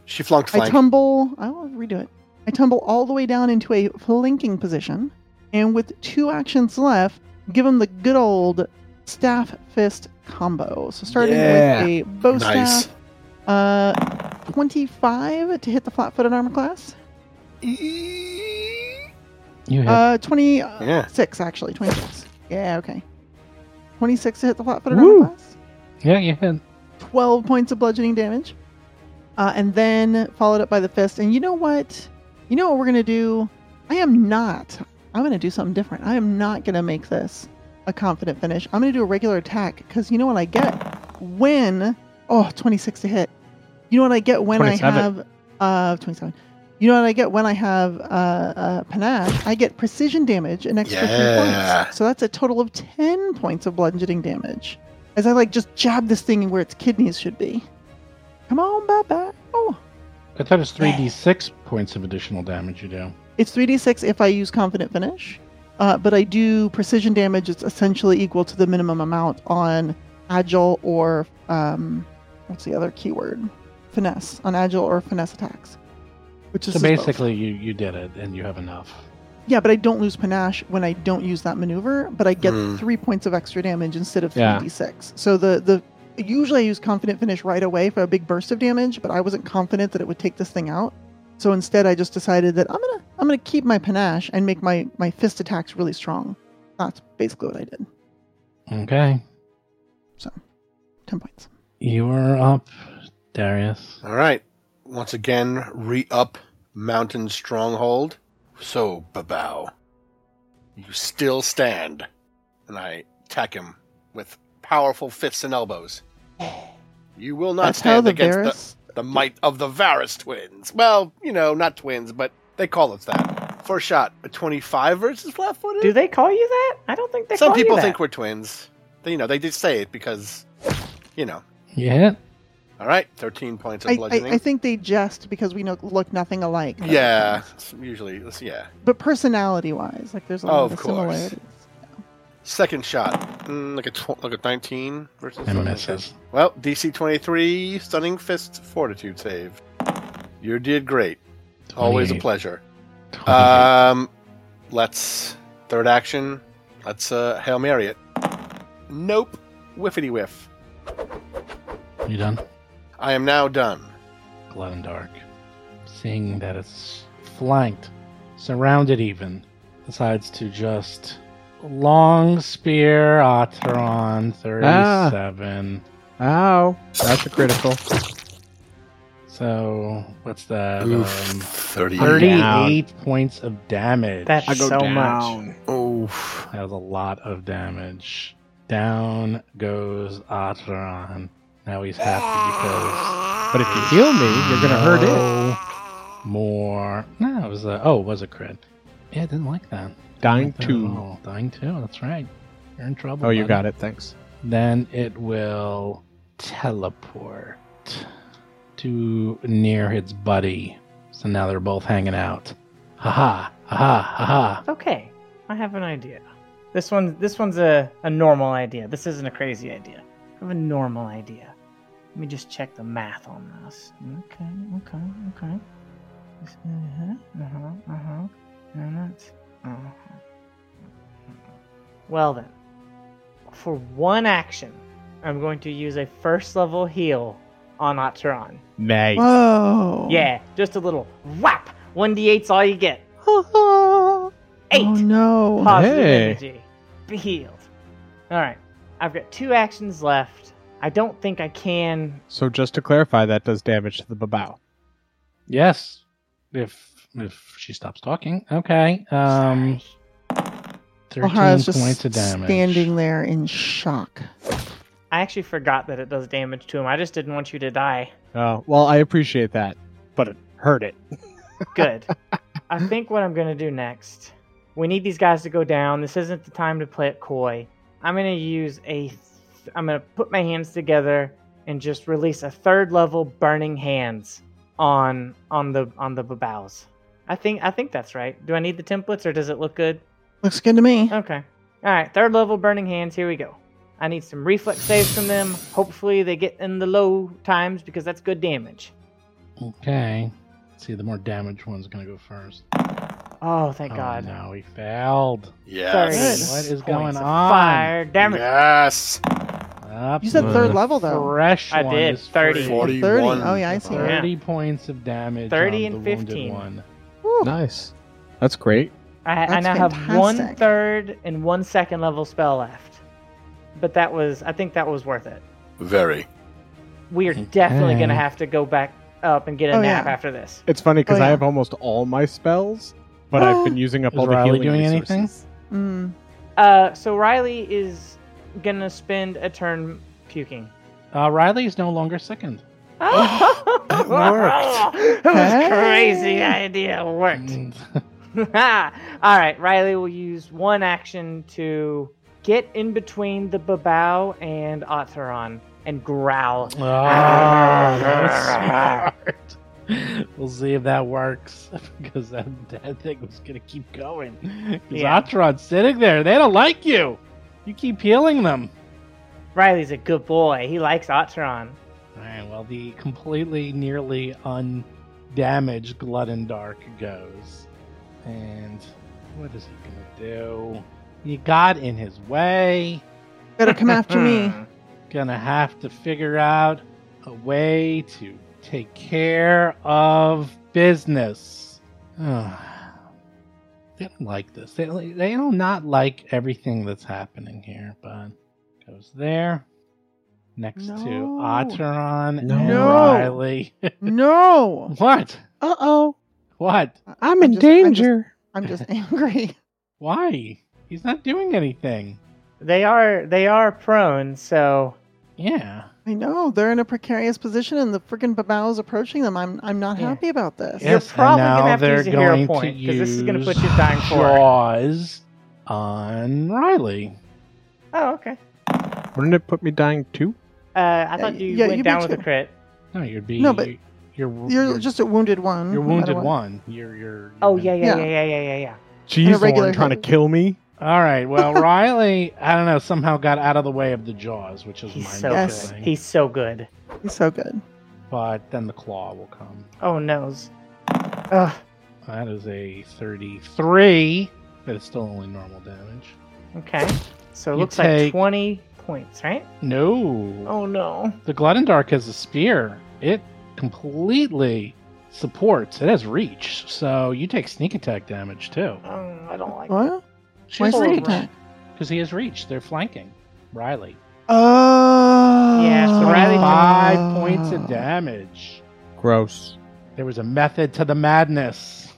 She flunked
I
flank.
tumble. I will redo it. I tumble all the way down into a flanking position, and with two actions left, give him the good old staff fist combo. So starting
Yeah.
with a bow
Nice.
staff, uh, 25 to hit the flat-footed armor class.
You hit.
Uh, 20, uh,
Yeah.
Six, actually. 26. Yeah, okay. 26 to hit the flat footed
Woo.
armor class.
yeah, you hit.
12 points of bludgeoning damage. Uh, and then followed up by the fist. And you know what? You know what we're going to do? I am not. I'm going to do something different. I am not going to make this a confident finish. I'm going to do a regular attack because you know what I get when. Oh, 26 to hit. You know what I get when I
27.
have. Uh, 27. You know what I get when I have uh, uh, panache? I get precision damage an extra three
Yeah.
points. So that's a total of 10 points of bludgeoning damage. As I like just jab this thing where its kidneys should be. Come on, Baba. Oh,
I thought it was 3d6 points of additional damage you do.
it's 3d6 if I use confident finish, uh, but I do precision damage. It's essentially equal to the minimum amount on agile or um, what's the other keyword? Finesse on agile or finesse attacks. Which is
So
just both.
basically, you, you did it and you have enough.
yeah, but I don't lose panache when I don't use that maneuver, but I get
Hmm.
three points of extra damage instead of
Yeah.
3d6. So the the usually I use confident finish right away for a big burst of damage, but I wasn't confident that it would take this thing out. So instead, I just decided that I'm gonna I'm gonna keep my panache and make my my fist attacks really strong. That's basically what I did.
Okay.
Ten points.
You are up, Darius.
All right. Once again, re up Mountain Stronghold. So, Babao, you still stand. And I attack him with powerful fists and elbows. You will not
That's how
stand
the
against
Varus.
the, the might of the Varus twins. Well, you know, not twins, but they call us that. First shot, a 25 versus left footed?
Do they call you that? I don't think they
Some
call you
people
that.
think we're twins. They, you know, they did say it because, you know.
You hit.
All right, 13 points of
I, I,
bludgeoning.
I think they jest because we know, look nothing alike.
Yeah, it's usually, it's- yeah.
But personality wise, like there's a lot
Oh,
of,
of course.
similarities.
Second shot, mm, like a tw- like a 19 versus.
And
something like
misses.
that. Well, DC 23, stunning fist, fortitude save. You did great. Always a
28. (laughs)
pleasure. Um, let's third action. Let's uh, hail mary it. Nope, whiffity whiff.
Uh,
you done?
I am now done.
Glendark, seeing that it's flanked, surrounded even, decides to just long spear Otteron
Ah.
37.
Ow. That's a critical.
So, what's that? Um,
30.
38 points of damage.
That's
I go
so much.
down.
Oof.
That was a lot of damage. Down goes Otteron. Now he's happy because.
But if you heal me, you're gonna hurt it.
it. More. No, it was a. Oh, it was a crit. Yeah, I didn't like that.
Dying
Not bad at
two.
all. Dying two. That's right. You're in trouble.
Oh, you
buddy.
got it. Thanks.
Then it will teleport to near its buddy. So now they're both hanging out. Ha ha ha ha ha.
Okay, I have an idea. This one, this one's a, a normal idea. This isn't a crazy idea. I have a normal idea. Let me just check the math on this. Okay, okay, okay. Uh huh, uh huh, uh huh. And that's uh huh. Well then, for one action, I'm going to use a first level heal on Otteron.
Nice.
Whoa.
Yeah, just a little whap. One d8's all you get.
oh
Eight.
no.
positive
Hey.
energy. Be healed. All right. I've got two actions left. I don't think I can.
So just to clarify, that does damage to the babao.
Yes. If if she stops talking. Okay. Um. Thirteen
O'Hara's just
points of damage.
standing there in shock.
I actually forgot that it does damage to him. I just didn't want you to die.
Oh, well, I appreciate that, but it hurt it.
Good. I think what I'm going to do next. We need these guys to go down. This isn't the time to play it coy. I'm going to use a. Th- I'm going to put my hands together and just release a third level burning hands on on the on the babows. I think I think that's right. Do I need the templates or does it look good?
Looks good to me.
Okay. All right. Third level burning hands. Here we go. I need some reflex saves from them. Hopefully they get in the low times because that's good damage.
Okay. see, the more damaged one's going to go first.
Oh, thank
oh,
God.
no, he failed.
Yes.
Thirty
What is
points
going
of
on?
Fire damage.
Yes.
Up
You said
to
third
the
level though.
Fresh
I
one
did,
is
30.
free.
30.
40. 31.
Oh yeah, I see.
Uh,
Yeah.
30 points of damage.
30
on
and
the wounded
15.
One.
Woo.
Nice. That's great.
I, I
That's
now have one
fantastic.
third and one second level spell left. But that was, I think that was worth it.
Very.
We are definitely going to
Okay.
have to go back up and get a
Oh,
nap
yeah.
after this.
It's funny because
Oh,
I
yeah.
have almost all my spells, but I've been using up
Is
all the
Riley
healing
doing
resources.
anything?
Mm.
Uh, so Riley is going to spend a turn puking.
Uh, Riley is no longer sickened.
that
worked.
Oh. (laughs) that was
Hey.
crazy idea. It Worked.
Mm. (laughs)
(laughs) All right, Riley will use one action to get in between the Babao and Oteron and growl.
Ah, that was Ah, smart. We'll see if that works (laughs) because that, that thing was gonna keep going. Because
Yeah.
Atron's sitting there, they don't like you. You keep healing them.
Riley's a good boy. He likes Oteron.
All right. Well, the completely nearly undamaged Glutton Dark goes, and what is he gonna do? He got in his way.
Better come
Hmm.
after
(laughs)
me.
gonna have to figure out a way to take care of business. they don't like this. They they don't not like everything that's happening here. But goes there next to
No.
Oteron
No.
and
No.
Riley. (laughs)
No.
what?
Uh oh.
What?
I'm in danger.
I'm just, (laughs) angry.
Why? He's not doing anything.
They are they are prone, so
Yeah.
I know they're in a precarious position, and the freaking babao is approaching them. I'm I'm not
Yeah.
happy about this.
You're
and
probably gonna
now
have to
they're
use a hero
going
point, 'cause this is gonna
use
put you down for it.
Jaws on Riley.
oh okay.
Wouldn't it put me dying too?
Uh, I thought you
yeah,
went
you
down
beat
with a
you.
crit.
No, you'd be
No, but
you're you're,
You're just a wounded
Mm-hmm.
one.
you're
no matter
wounded
what.
one. You're you're.
Oh yeah, yeah,
Yeah.
yeah, yeah, yeah, yeah, yeah.
And a
Jeez,
regular
Lauren, trying to
hit.
kill me.
All right. Well, (laughs) Riley, I don't know. Somehow got out of the way of the jaws, which is
He's
mind
so
Yes.
good.
blowing.
He's so good.
He's so good.
But then the claw will come.
Oh nose. Ugh.
That is a thirty-three, but it's still only normal damage.
Okay. So it
You
looks like
take-
twenty points, right?
No.
Oh no.
The Gluttondark has a spear. It completely supports. It has reach, so you take sneak attack damage too.
Oh, I don't like
What?
She
Why
has
sneak
reach
attack?
because he has reach. They're flanking Riley.
Oh.
Yeah, so Riley took
Five points of damage.
Gross.
There was a method to the madness.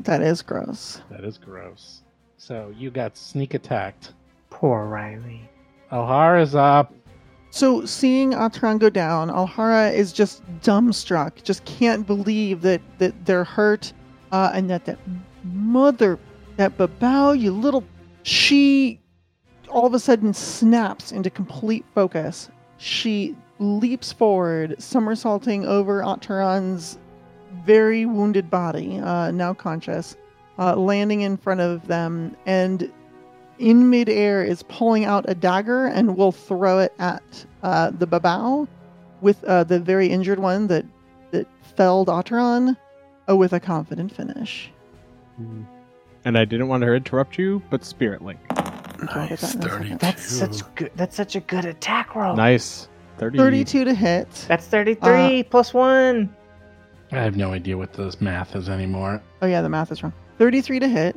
That is gross.
That is gross. So you got sneak attacked.
Poor Riley.
Alhar is up.
So seeing Atran go down, Alhara is just dumbstruck, just can't believe that that they're hurt, uh, and that that mother, that Babao, you little, she, all of a sudden snaps into complete focus. She leaps forward, somersaulting over Atran's very wounded body, uh, now conscious, uh, landing in front of them, and in midair is pulling out a dagger and will throw it at uh, the babao with uh, the very injured one that that felled Otteron uh, with a confident finish.
And I didn't want to interrupt you, but Spirit Link.
Nice,
Nice. 32.
That's such good. That's such a good attack
Oh.
roll.
Nice. 30.
32 to hit.
That's thirty-three plus one.
I have no idea what this math is anymore.
Oh yeah, the math is wrong. 33 to hit.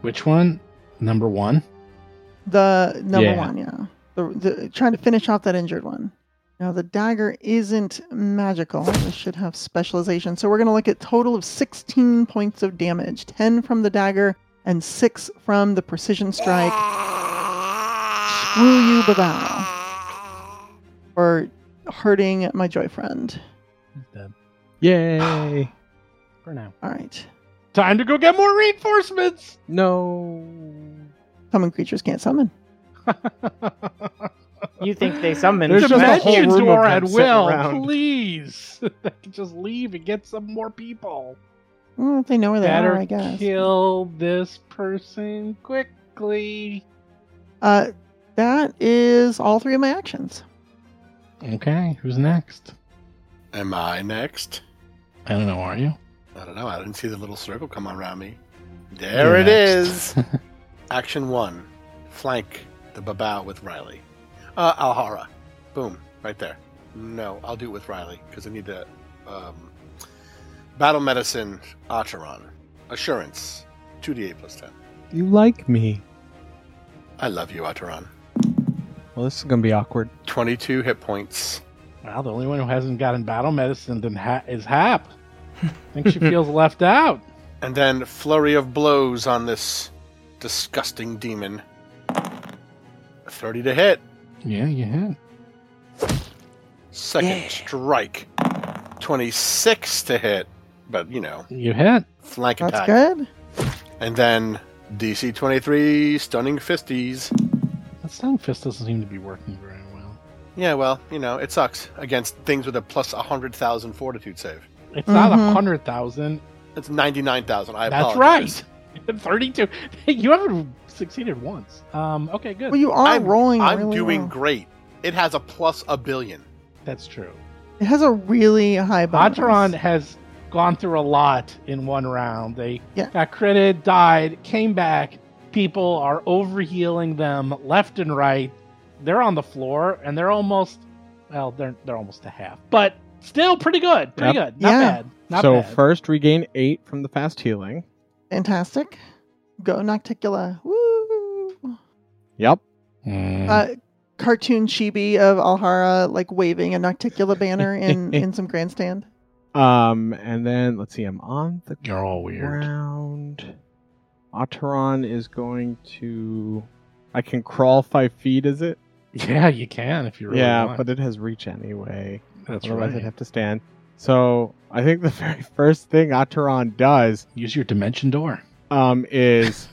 Which one? Number one.
The number
Yeah.
one, yeah. The, the trying to finish off that injured one. Now the dagger isn't magical. This should have specialization. So we're gonna look at total of 16 points of damage. 10 from the dagger and six from the precision strike. Screw you, Babao. For hurting my joy friend.
He's dead
Yay.
for now.
All right.
Time to go get more reinforcements.
(gasps) no.
Common creatures can't summon.
You (laughs) think they summoned?
There's
the
just a
magic.
whole room of
door
them
at
sitting
will,
around.
please. (laughs) they can just leave and get some more people.
Well, they know where they
Better
are, I guess.
kill this person quickly.
Uh, that is all three of my actions.
Okay, who's next?
Am I next?
I don't know. Are you?
I don't know. I didn't see the little circle come around me. There
(laughs)
it is. Action one, flank the babao with Riley. Uh, Alhara, boom, right there. No, I'll do it with Riley because I need the um, battle medicine Acheron assurance, two d eight plus ten.
You like me.
I love you, Acheron.
Well, this is going to be awkward.
Twenty two hit points.
Wow, the only one who hasn't gotten battle medicine than ha- is Hap. I think she
(laughs)
feels left out.
And then flurry of blows on this disgusting demon. 30 to hit.
Yeah, you had.
Second strike. 26 to hit. But, you know,
You had.
flank
That's
attack.
good.
And then DC 23, stunning fisties.
That stung fist doesn't seem to be working very well.
Yeah, well, you know, it sucks against things with a plus 100,000 fortitude save.
It's not a
Mhm.
hundred thousand.
That's 99,000. Mm-hmm. I
That's
apologize.
right. (laughs) Thirty-two. (laughs) You haven't succeeded once. Um. Okay. Good.
Well, you are
I'm-
rolling.
I'm
really
doing
well.
great. It has a plus a billion.
That's true.
It has a really high bonus.
Acheron has gone through a lot in one round. They
Yeah.
got critted, died, came back. People are overhealing them left and right. They're on the floor and they're almost well, they're they're almost to half. But still pretty good. Pretty good. Not
Yeah.
bad. Not
so
bad.
first, regain eight from the fast healing.
Fantastic. Go Nocticula. Woo!
Yep.
Mm,
Uh, cartoon chibi of Alhara like waving a Nocticula banner
(laughs)
in in some grandstand.
Um, and then let's see. I'm on the
You're all weird.
ground. Otteron is going to. I can crawl five feet. Is it?
Yeah, you can if you really
yeah,
want.
but it has reach anyway.
that's
Otherwise, I'd
right.
have to stand. So I think the (laughs) very first thing Otteron does
Use your dimension door.
um, is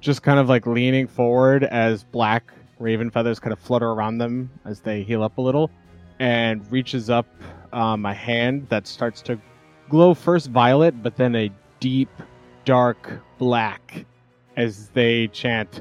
just kind of like leaning forward as black raven feathers kind of flutter around them as they heal up a little, and reaches up um, a hand that starts to glow first violet, but then a deep dark black as they chant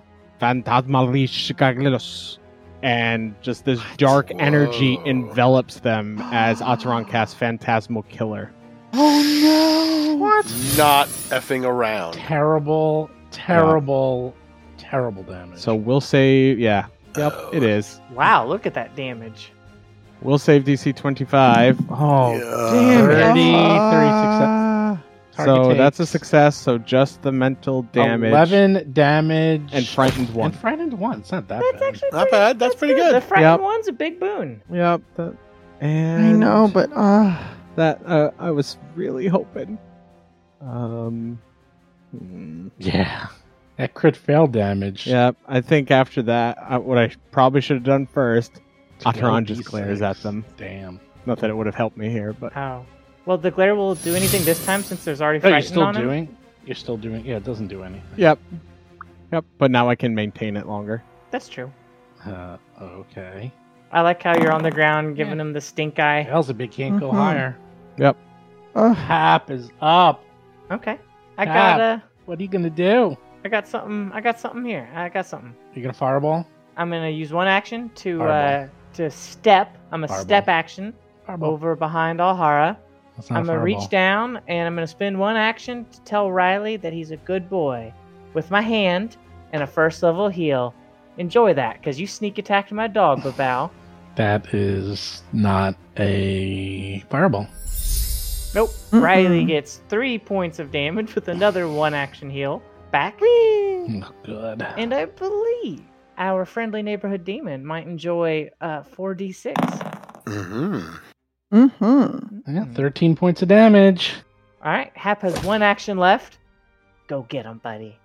"Phantasmalish and just this dark energy
Whoa.
envelops them as Ataran casts Phantasmal Killer.
Oh no! What?
Not effing around.
Terrible, terrible, terrible damage.
So we'll say, yeah, yep, it is.
Wow, look at that damage.
We'll save DC 25. Oh,
Yeah.
damn it.
30, 30 success.
Uh, So that's a success. So just the mental damage.
11 damage.
And frightened one.
And frightened one. It's not that
That's
bad.
actually
Not
pretty-
bad. That's pretty good.
The frightened
Yep.
one's a big boon.
Yep. That, and
I know, but ah,
that uh, I was really hoping. Um. hmm.
yeah. That crit fail damage.
Yep. I think after that, I, what I probably should have done first.
To go
Ataran just
D6.
glares at them.
Damn.
Not that it would have helped me here, but
Oh. Well, the glare will do anything this time since there's already
Oh,
frightened
you're still
on him.
doing? You're still doing? Yeah, it doesn't do anything.
yep, yep. But now I can maintain it longer.
That's true.
Uh, okay.
I like how you're on the ground giving
Yeah.
him the stink eye.
Elzabeth can't go
Mm-hmm.
Mhm.
higher.
ah.
Hap is up.
Okay. I
Yeah.
got uh,
What are you going to do?
I got something. I got something here. I got something.
You going to fireball?
I'm gonna use one action to uh,
Fireball.
to step. I'm a
Fireball.
step action
Fireball.
over behind Alhara.
That's not
I'm gonna reach
fireball.
down and I'm gonna spend one action to tell Riley that he's a good boy with my hand and a first level heal. Enjoy that, because you sneak attacked my dog, Babao.
That is not a fireball.
Nope.
Mm-hmm.
Riley gets three points of damage with another one action heal back.
Oh, good.
And I believe our friendly neighborhood demon might enjoy uh, 4d6.
Mm-hmm.
Mm-hmm.
Yeah, 13 points of damage.
All right, Hap has one action left. Go get him, buddy.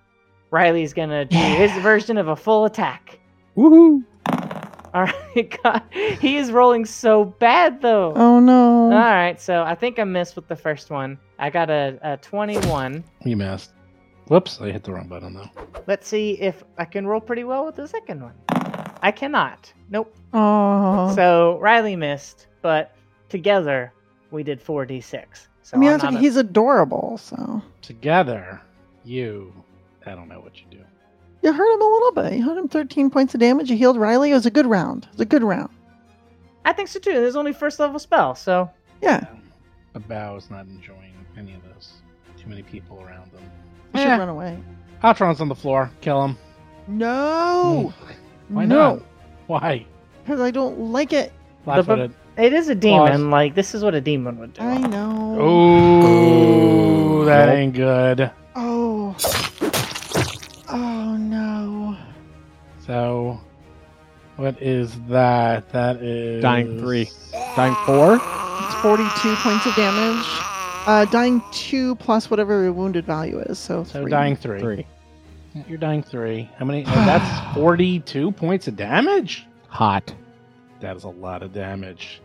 Riley's gonna do his version of a full attack.
Woohoo!
All right, (laughs) God, he is rolling so bad though.
Oh
All
no!
right, so I think I missed with the first one. I got a, a 21.
You missed. Whoops, I hit the wrong button though.
Let's see if I can roll pretty well with the second one. I cannot. Nope.
Oh,
So Riley missed, but together we did 4d6. So
I mean,
I'm
that's-
not a-
he's adorable. So
Together, you. I don't know what you do.
you hurt him a little bit. You hurt him 13 points of damage. You healed Riley. It was a good round. It was a good round.
I think so too. There's only first level spell, so
Yeah.
Um, Bao is not enjoying any of this. Too many people around them.
We
Eh.
should run away.
Atron's on the floor. Kill him. Hmm.
No,
Why
Oh, no,
not? Why?
because I don't like it.
Flat
bu-
footed.
It is a demon. Like this is what a demon would do.
I know.
Oh, that ain't good.
Oh, oh no.
So, what is that? That is
Dying three. Dying four?
It's 42 points of damage. Uh, dying two plus whatever your wounded value is. So,
So
three.
dying three.
Three.
You're dying three. How many? oh,
(sighs)
that's forty-two points of damage.
Hot.
That is a lot of damage.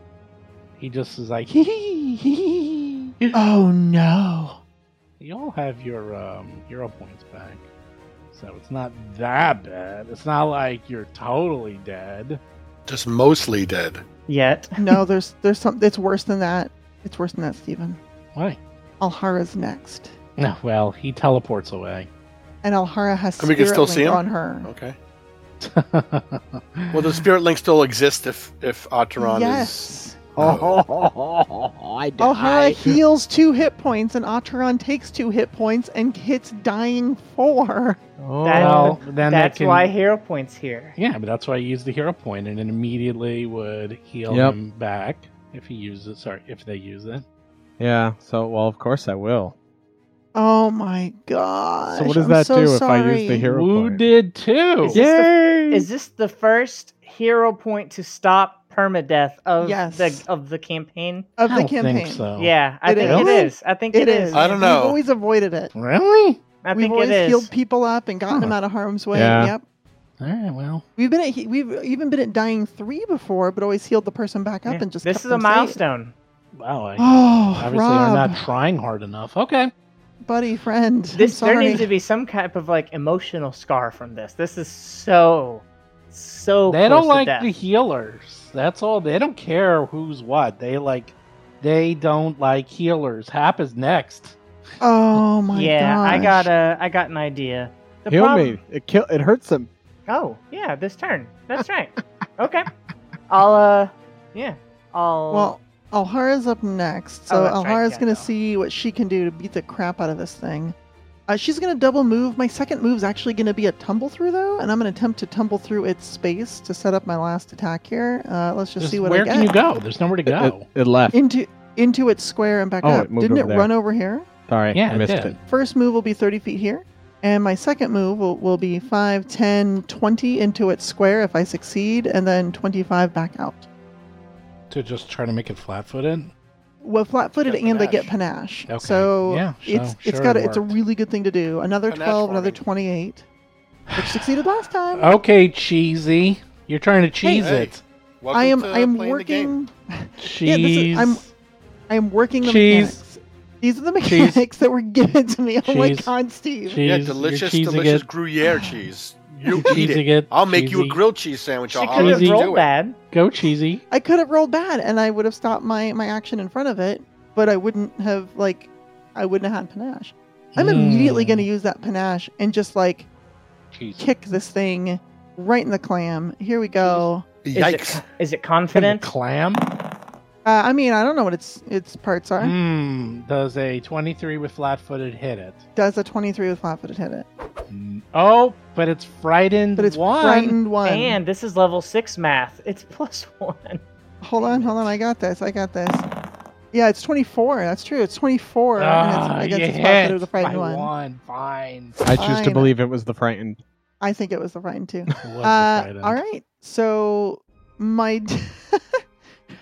He just is like (laughs) hee hee hee. hee.
Oh
(laughs)
no.
You all have your um, hero points back, so it's not that bad. It's not like you're totally dead.
Just mostly dead.
Yet
No, there's there's some. It's worse than that. It's worse than that, Stephen.
Why?
Alhara's next,
No. Well, he teleports away. (laughs)
and Alhara has
And we can
Spirit
still see
Link
him? Oh,
on her.
Okay. Well, the spirit link still exists if if Ateron is.
yes.
Oh, I
Alhara heals two hit points, and Ataran takes two hit points and hits dying four.
well,
That-
then that
that's
can-
why hero points here.
Yeah, but that's why I used the hero point, and it immediately would heal
Yep.
him back if he uses. Sorry, if they use it.
yeah, so, well, of course I will.
Oh my god.
So, what does that do if I use the hero
Who
point?
did too?
Is this, the, is this the first hero point to stop permadeath of
Yes.
the of the campaign?
Of the
I don't
campaign.
think so.
Yeah, I
It
is?
think it is. I think
It is.
I don't know.
We've always avoided it.
Really?
I
We've
think
always
it is.
healed people up and gotten
Huh.
them out of harm's way.
Yeah.
Yep.
All right. Well,
We've been at, he- we've even been at dying three before, but always healed the person back up
Yeah.
and just
this
kept
is a
them safe.
milestone.
wow. I
Oh,
obviously are
Rob,
not trying hard enough. Okay.
buddy, friend. I'm
This there
sorry.
needs to be some type of like emotional scar from this. This is so so.
They
close
don't
to
like
death.
the healers. That's all. They don't care who's what. They like. They don't like healers. Hap is next.
Oh my
yeah,
gosh.
I got a I got an idea. The
Heal
problem-
me. It kill. It hurts him.
Oh, yeah, this turn. That's right. okay. I'll uh yeah. I'll
Well, Alhara's up next, so
Oh, that's right,
Alhara's
yeah,
gonna
no.
see what she can do to beat the crap out of this thing. Uh, she's gonna double move. My second move's actually gonna be a tumble through though, and I'm gonna attempt to tumble through its space to set up my last attack here. Uh, let's just
Just
see what
where
I get.
can you go? There's nowhere to
Uh,
It-
go.
It, it left.
Into into its square and back
Oh,
up.
it moved
Didn't it
over there.
run over here?
Sorry,
Yeah,
I
it
missed
did.
it.
First move will be 30 feet here, and my second move will, will be 5, 10, 20 into its square if I succeed, and then 25 back out.
to just try to make it flat-footed.
Well, flat-footed
Get
and they
panache.
get panache.
Okay.
So
Yeah,
it's
so
it's
sure
got
it
a, it's a
worked.
really good thing to do. Another
Panache
twelve,
for
another
me.
twenty-eight, which succeeded last time.
Okay, cheesy. You're trying to cheese
Hey.
it.
Welcome
I am
to
I am
playing the game.
working
Cheese.
this is- I'm- I am working the
Cheese.
mechanics. These are the
Cheese.
mechanics that were given to me. Oh my
Cheese.
god, Steve!
Cheese.
Yeah,
You're
delicious,
cheesing
delicious
it.
Gruyere cheese. You
You're
eat
cheesing
it.
it.
I'll make you a
Cheesy.
grilled cheese sandwich.
she
I'll
could have
Cheesy.
rolled bad.
Go cheesy.
I could have rolled bad, and I would have stopped my my action in front of it, but I wouldn't have like I wouldn't have had panache. I'm immediately
Mm.
going to use that panache and just like
Cheese.
kick this thing right in the clam. Here we go.
It.
Is it,
Yikes!
co- is it
And
confident?
the clam.
Uh, I mean, I don't know what its its parts are.
Mm, does a 23 with flat-footed hit it?
Does a 23 with flat footed hit it?
N- Oh, but it's frightened.
But it's
one.
frightened one.
And this is level six math. It's plus one.
hold on, hold on. I got this. I got this. Yeah, it's 24. That's true. It's 24.
Ah,
and it's
you
against its flat-footed
hit
with the frightened
by
one.
one.
(laughs)
Fine.
I choose to
Fine.
believe it was the frightened.
I think it was the frightened two.
It was the
uh,
frightened.
all right. So my d- (laughs)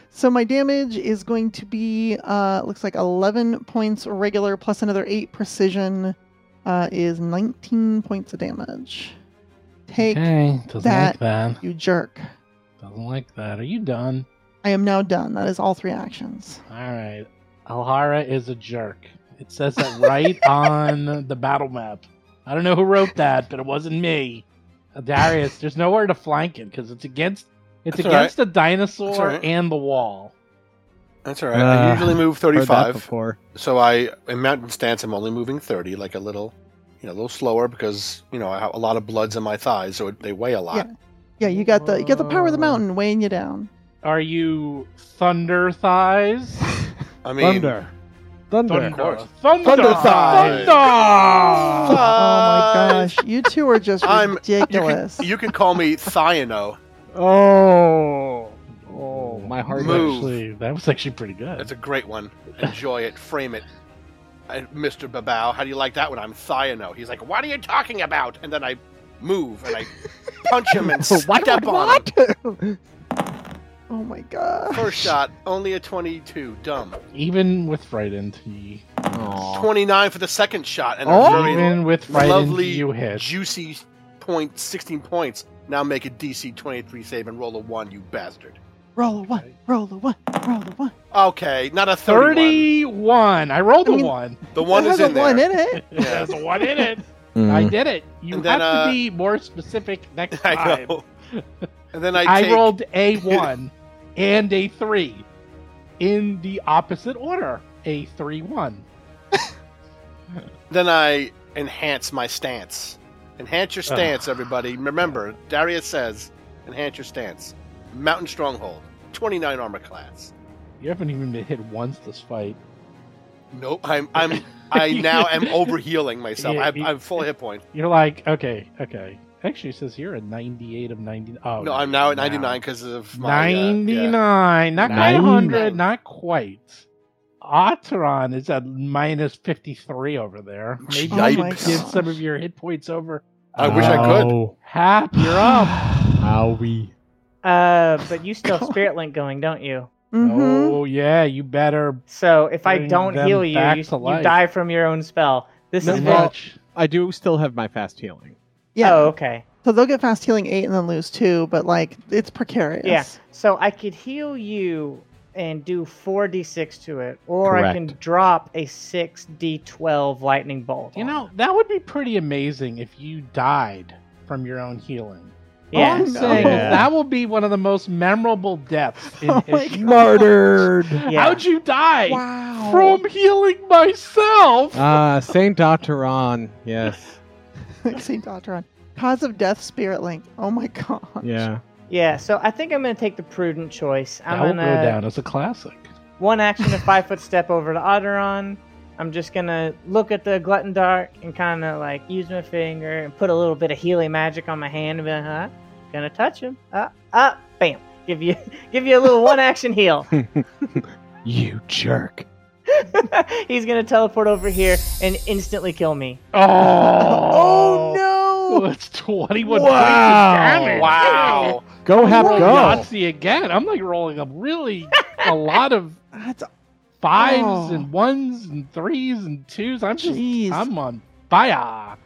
so my damage is going to be uh looks like 11 points regular plus another 8 precision uh is 19 points of damage. Take
Okay. Doesn't like
that.
that.
you jerk.
Doesn't like that. Are you done?
I am now done. That is all three actions.
All right. Alhara is a jerk. It says that
(laughs)
right on the battle map. I don't know who wrote that, but it wasn't me. Uh, Darius, there's nowhere to flank it because it's against it's
That's all
against the dinosaur
That's all right.
and the wall.
That's all right. I
Uh,
usually move
Heard that
thirty-five,
before.
so I in mountain stance I'm only moving thirty, like a little, you know, a little slower because you know I have a lot of bloods in my thighs, so it, they weigh a lot.
Yeah. Yeah, you got the you got the power of the
Whoa.
mountain weighing
(laughs)
you down.
Are you thunder thighs?
I mean,
Thunder. Thunder.
Thunder. Thunder.
Thunder thighs.
Thunder.
Oh my gosh, you two are just
(laughs) I'm- You can,
ridiculous.
you can call me Thiano.
Oh. Oh, my heart.
Move.
Actually, that was actually pretty good.
That's a great one. Enjoy it. Frame it. And Mr. Babao, how do you like that one? I'm Thiano. He's like, what are you talking about? And then I move and I punch him
(laughs)
and step on him.
oh my gosh.
First shot, only a 22. Dumb.
Even with frightened, he
29 for the second shot, and
Oh.
a very
even with frightened,
lovely,
you hit.
juicy point, 16 points. Now make a DC 23 save and roll a 1, you bastard.
Roll a one, roll a one, roll a one.
Okay, not a 31.
Thirty-one. I rolled
I mean-
a
(laughs)
one.
The 1
it
is
has
in
a
there.
one in
(laughs)
it.
There's a one in it. I
Mm.
did it. You
And then,
have
uh,
to be more specific next
(laughs) I
time.
know. And then I,
I,
take,
rolled
(laughs)
a one and a three in the opposite order. A three one.
Then I enhance my stance. Enhance your stance, everybody. Remember, Darius says, enhance your stance. Mountain Stronghold, 29 armor class.
You haven't even been hit once this fight.
Nope, I'm, (laughs) I'm, I now am overhealing myself.
Yeah,
I'm,
he-
I'm full hit point.
You're like, okay, okay. Actually, it says here a 98 of 90. Oh,
No, I'm now at 99 because of my. uh, yeah.
99. Not quite
Ninety-nine.
100. Not quite. Otteron is at minus 53 over there. Maybe
Oh my
you could give
gosh.
some of your hit points over.
Mm.
I wish I
Oh,
could.
Hap, you're up.
Owie.
Uh, but you
(laughs)
still have spirit link going, don't you?
Mm-hmm.
Oh, yeah. You better.
So if I
Bring
don't
them
heal you,
back
you,
to
you
life.
die from your own spell. This
Not
is what.
much.
I do still have my fast healing.
Yeah.
Oh, okay.
So they'll get fast healing eight and then lose two, but like it's precarious.
Yeah. So I could heal you and do 4d6 to it, or I can
Correct.
drop a 6d12 lightning bolt.
You
on
know, that would be pretty amazing if you died from your own healing.
it. Yeah.
All I'm saying is
Yeah.
that will be one of the most memorable deaths in
Oh my
history.
Martyred.
Yeah.
How'd you die?
Wow. (laughs)
From healing myself.
Ah, Saint Doctoron. Yes.
Saint Doctoron. Cause of death, spirit link. Oh my gosh.
Yeah.
Yeah. So I think I'm going to take the prudent choice. I'm
that will
going
go
to
down as a classic.
one action to five foot step over to Otteron. I'm just gonna look at the glutton dark and kind of like use my finger and put a little bit of healing magic on my hand and be like, huh? Gonna touch him. Uh, uh, bam. Give you, (laughs) give you a little one action heal.
You jerk.
(laughs) He's gonna teleport over here and instantly kill me.
Oh, (laughs)
Oh no.
It's 21
Wow.
points of damage.
Wow.
Go
Hap go.
have go.
Yahtzee again. I'm like rolling up really
(laughs)
a lot of
That's
fives
Oh.
and ones and threes and twos. I'm just
jeez.
I'm on fire.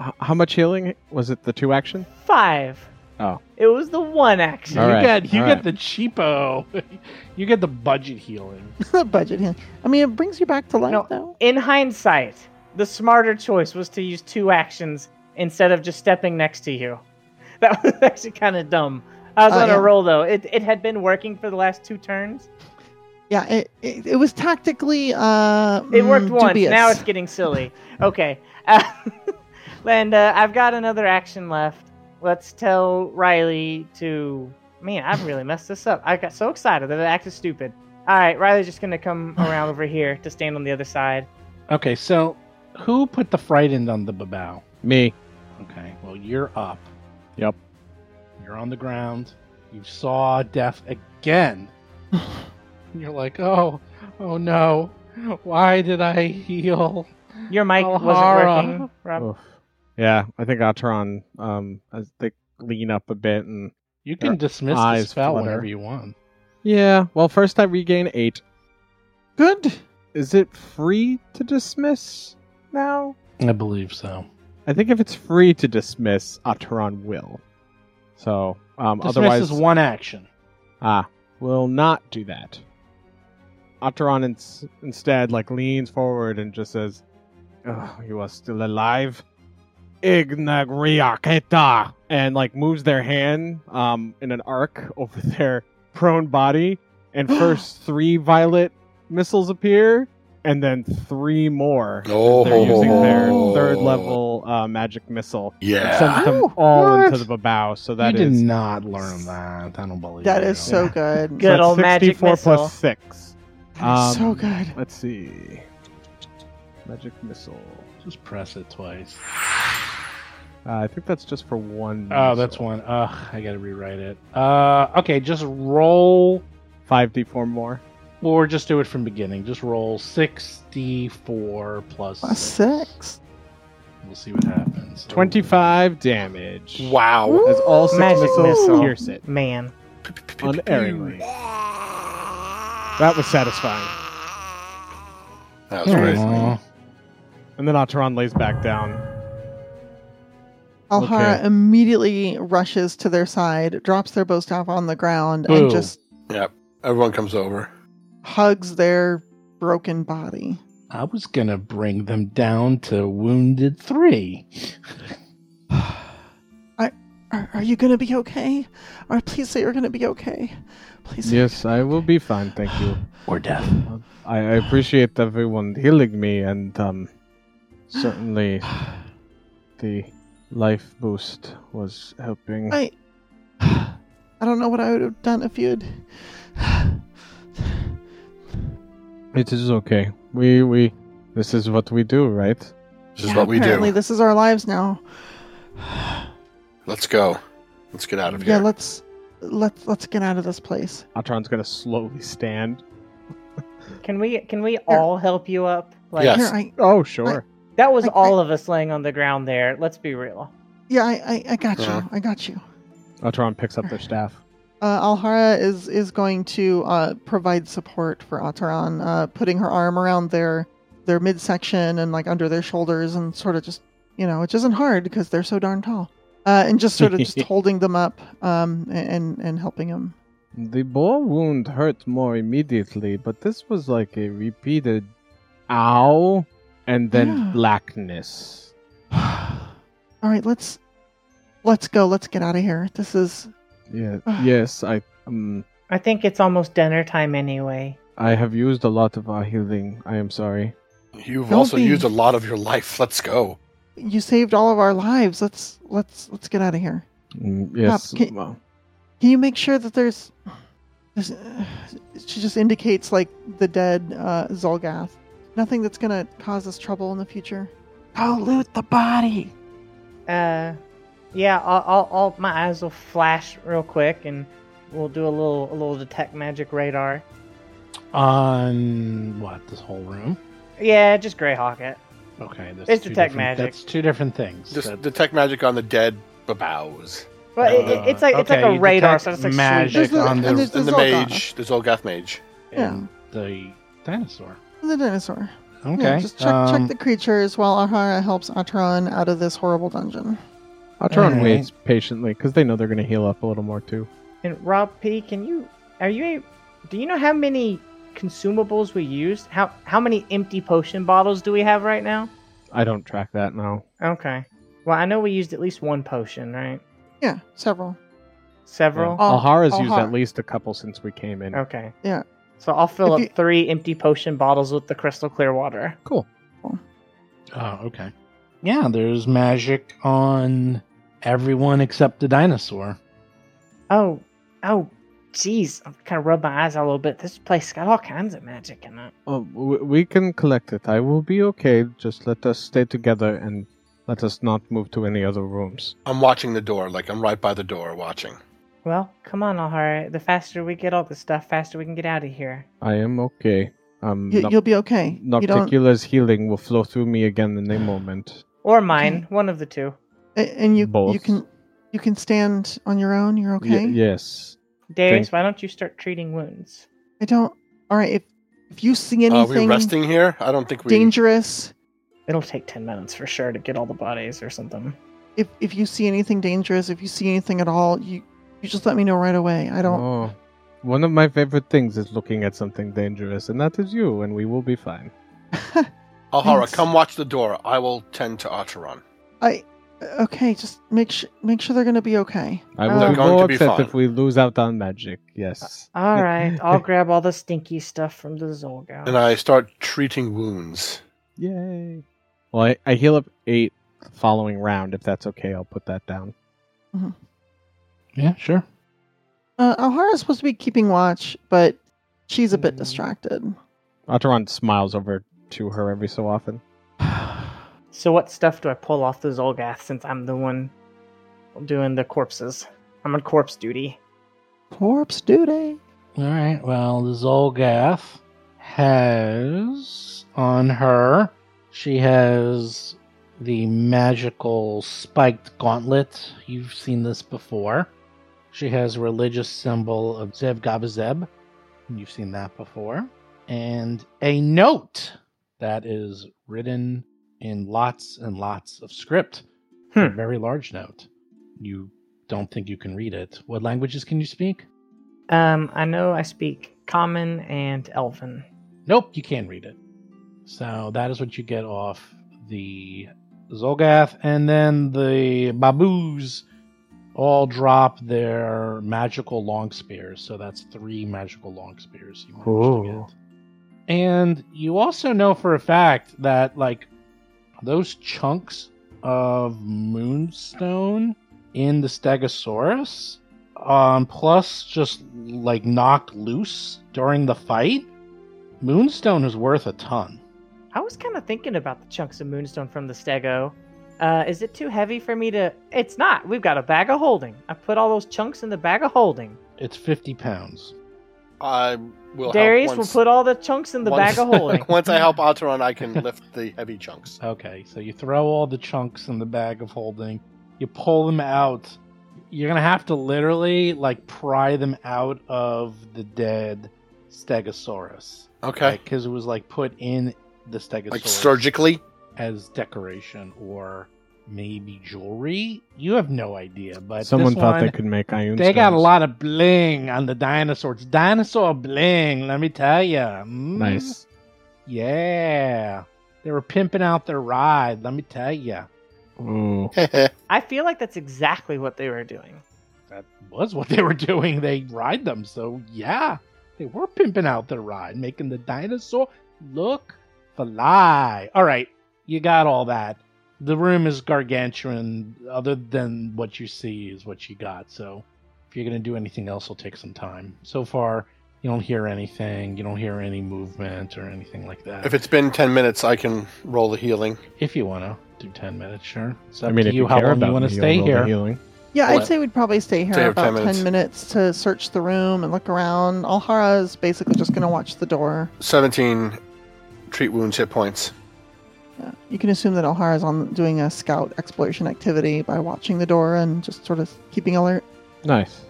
H- How much healing was it? The two action?
Five.
Oh.
It was the one action.
All
you
right,
get you
all
get
right.
the cheapo. (laughs) you get the budget healing.
the (laughs) budget healing. I mean, it brings you back to life
No.
now.
In hindsight, the smarter choice was to use two actions instead of just stepping next to you. (laughs) That was actually kind of dumb. I was
Uh,
on
yeah.
a roll though. It, it had been working for the last two turns.
Yeah, it, it, it was tactically uh
It worked
mm,
once.
dubious.
Now it's getting silly. Okay. (laughs) Uh, and uh, I've got another action left. Let's tell Riley to. Man, I've really messed this up. I got so excited that I acted stupid. All right, Riley's just gonna come
(sighs)
around over here to stand on the other side.
Okay, so who put the frightened on the babao?
Me.
Okay, well you're up.
Yep.
You're on the ground. You saw death
(laughs)
again. And you're like, oh, oh no. Why did I heal?
Your mic
Oh,
Alhara.
wasn't working, Rob.
Oof. Yeah, I think Atron. Um, as they lean up a bit and
You can
Your
dismiss the
eyes
spell
flutter.
whenever you want.
yeah. Well, first I regain eight.
good.
Is it free to dismiss now?
I believe so.
I think if it's free to dismiss, Atron will. So, um,
Dismiss
otherwise,
is one action.
ah, will not do that. Atron ins- instead like leans forward and just says, oh, "You are still alive, Ignagriaketa," and like moves their hand um in an arc (laughs) over their prone body,
(gasps)
and first three violet missiles appear, and then three more.
Oh,
They're using their third level uh, magic missile. It
Yeah.
sends them
Wow.
all
What?
into the babao. So that
you did
is
not learn that. I don't believe
That
you.
is so
Yeah.
good.
Good
that's
old magic
64
missile.
plus six.
That is so
Um,
good.
Let's see. Magic missile.
Just press it twice.
Uh, I think that's just for one.
Oh, that's one. Ugh, I gotta rewrite it. Uh, okay, just roll,
Five D four more.
or just do it from beginning. Just roll sixty-four plus.
Plus six.
We'll see what happens.
Twenty five damage.
Wow.
As all six
Magic
missiles
missile.
Oh, pierce it
Man.
unerringly. That was satisfying.
That was
Hmm.
crazy.
Aw.
And then Ataran lays back down.
Alhara
Okay.
immediately rushes to their side, drops their bow staff on the ground,
Ooh.
and just
Yep. Everyone comes over.
hugs their broken body.
I was gonna bring them down to wounded three.
Are, are you gonna be okay? Or please say you're gonna be okay. Please. say-
Yes, I will be fine, thank you.
Or death.
I, I appreciate everyone healing me, and um, certainly the life boost was helping.
I. (sighs) I don't know what I would have done if you'd. (sighs)
It is okay. We we this is what we do, right?
This is what we
Apparently,
do.
this is our lives now.
Let's go. Let's get out of
Yeah,
here.
let's let's let's get out of this place.
Atron's gonna slowly stand.
Can we can we all help you up? Like
Yes.
Here, I
Oh, sure.
that was
Like,
all of us laying on the ground there. Let's be real.
yeah, I I, I got
Uh-huh.
you. I got you.
Atron picks up their staff.
Uh, Alhara is is going to uh, provide support for Ataran, uh, putting her arm around their their midsection and like under their shoulders and sort of just you know, which isn't hard because they're so darn tall, uh, and just sort of
(laughs)
just holding them up um, and and helping them.
The boar wound hurt more immediately, but this was like a repeated ow and then
Yeah.
blackness.
(sighs) All right, let's let's go. Let's get out of here. This is
Yeah, yes, I um
I think it's almost dinner time anyway.
I have used a lot of our healing. I am sorry.
You've
Don't
also
be-
used a lot of your life. Let's go.
you saved all of our lives. Let's let's let's get out of here.
Mm, yes.
Hop, can-
well,
Can you make sure that there's, there's uh, she just indicates like the dead uh, Zolgath. Nothing that's gonna cause us trouble in the future. Go loot the body.
Uh, yeah. I'll, I'll, I'll my eyes will flash real quick, and we'll do a little a little detect magic radar.
On what? This whole room?
Yeah, just Greyhawk it.
Okay. That's
It's
two
detect
different-
magic.
That's two different things.
Just
That-
detect magic on the dead babows.
Well, it, it- it's like it's like
uh, okay,
a
you
radar,
detect
so it's like
magic
There's
magic.
the-
on
and
the,
there's-
And the
Zolgath.
mage, the Zolgath mage.
and the dinosaur.
The dinosaur.
Okay.
Yeah, just check,
um,
check the creatures while Ahara helps Atron out of this horrible dungeon.
Atron
Alright.
waits patiently because they know they're going to heal up a little more too.
And Rob P, can you are you a- do you know how many consumables we used? How how many empty potion bottles do we have right now?
I don't track that now.
Okay. Well, I know we used at least one potion, right?
Yeah, several.
Several.
Oh,
Alhara's used
Alhara.
at least a couple since we came in.
Okay.
Yeah.
So I'll fill
If
up
you-
three empty potion bottles with the crystal clear water.
Cool.
Oh, okay. Yeah, there's magic on everyone except the dinosaur.
Oh, oh, jeez! I'm kind of rub my eyes out a little bit. This place got all kinds of magic in it.
Oh, w- we can collect it. I will be okay. Just let us stay together and let us not move to any other rooms.
I'm watching the door. Like, I'm right by the door watching.
Well, come on, Alhara. The faster we get all this stuff, faster we can get out of here.
I am okay. Um,
You,
Noct-
you'll be okay. You don't.
Nocticula's healing will flow through me again
(gasps)
in a moment.
Or mine, one of the two.
a- And you
Both.
you can you can stand on your own. You're
Ye-
okay.
yes.
Darius, why don't you start treating wounds?
I don't. All right. If if you see
Are we
anything
resting here? I don't think we.
dangerous,
It'll take 10 minutes for sure to get all the bodies or something.
if if you see anything dangerous, if you see anything at all, you you just let me know right away. I don't.
Oh, one of my favorite things is looking at something dangerous, and that is you, and we will be fine.
Alhara,
Thanks.
come watch the door. I will tend to Ataran.
(laughs) I okay. Just make sure make sure they're gonna be okay.
I
They're
will be
going
more
to be
upset
fine.
if we lose out on magic. Yes.
Mm-hmm.
All right, I'll grab all the stinky stuff from the Zolgar.
And I start treating wounds.
Uh.
Yay. Well, I, I heal up eight following round. If that's okay, I'll put that down.
Yeah, sure. (sighs)
Uh, Alhara's supposed to be keeping watch, but she's a bit
Mhm.
distracted.
Ataran smiles over to her every so often.
So what stuff do I pull off the Zolgath since I'm the one doing the corpses? I'm on corpse duty.
Corpse duty.
All right. Well, the Zolgath has on her. She has the magical spiked gauntlet. You've seen this before. She has religious symbol of Zev Gabazeb. You've seen that before. And a note that is written in lots and lots of script. A
Hmm.
very large note. You don't think you can read it. What languages can you speak?
Um, I know I speak Common and Elven.
Nope, you can read it. So that is what you get off the Zolgath, and then the Baboos all drop their magical long spears. So that's three magical long spears you managed
Cool.
to get. And you also know for a fact that like those chunks of moonstone in the Stegosaurus, um, plus just like knocked loose during the fight, Moonstone is worth a ton.
I was kind of thinking about the chunks of moonstone from the stego. Uh, is it too heavy for me to? It's not. We've got a bag of holding. I put all those chunks in the bag of holding.
It's 50 pounds.
I will
Darius
help
will
once,
put all the chunks in the
once- (laughs)
bag of holding.
once I help Alteron, I can lift the heavy chunks.
Okay, so you throw all the chunks in the bag of holding, you pull them out. You're gonna have to literally like pry them out of the dead Stegosaurus
Okay.
because it was like put in the Stegosaurus
Like
(laughs)
surgically?
as decoration or maybe jewelry. You have no idea, but
Someone
this
thought
one,
they could make Ioun
They got a
stones.
lot of bling on the dinosaurs. Dinosaur bling, let me tell Mm. you.
Nice.
Yeah. They were pimping out their ride, let me tell you.
Ooh.
I feel like that's exactly what they were doing.
That was what they were (laughs) doing. They ride them, so yeah. They were pimping out their ride, making the dinosaur look fly. All right, you got all that. The room is gargantuan. Other than what you see is what you got. So if you're going to do anything else, it'll take some time. So far, you don't hear anything. You don't hear any movement or anything like that.
if it's been 10 minutes, I can roll the healing.
If you want to do 10 minutes, sure. It's up
I mean,
to
if
you,
you,
how
care
long
about
you want
the
to stay
heal, roll the
here.
healing.
Yeah,
Well,
I'd say we'd probably stay here
stay here
about
10
10
minutes.
minutes. to search the room and look around. Alhara's basically just going to watch the door.
17 treat wounds hit points.
Yeah. You can assume that Alhara's on doing a scout exploration activity by watching the door and just sort of keeping alert.
Nice.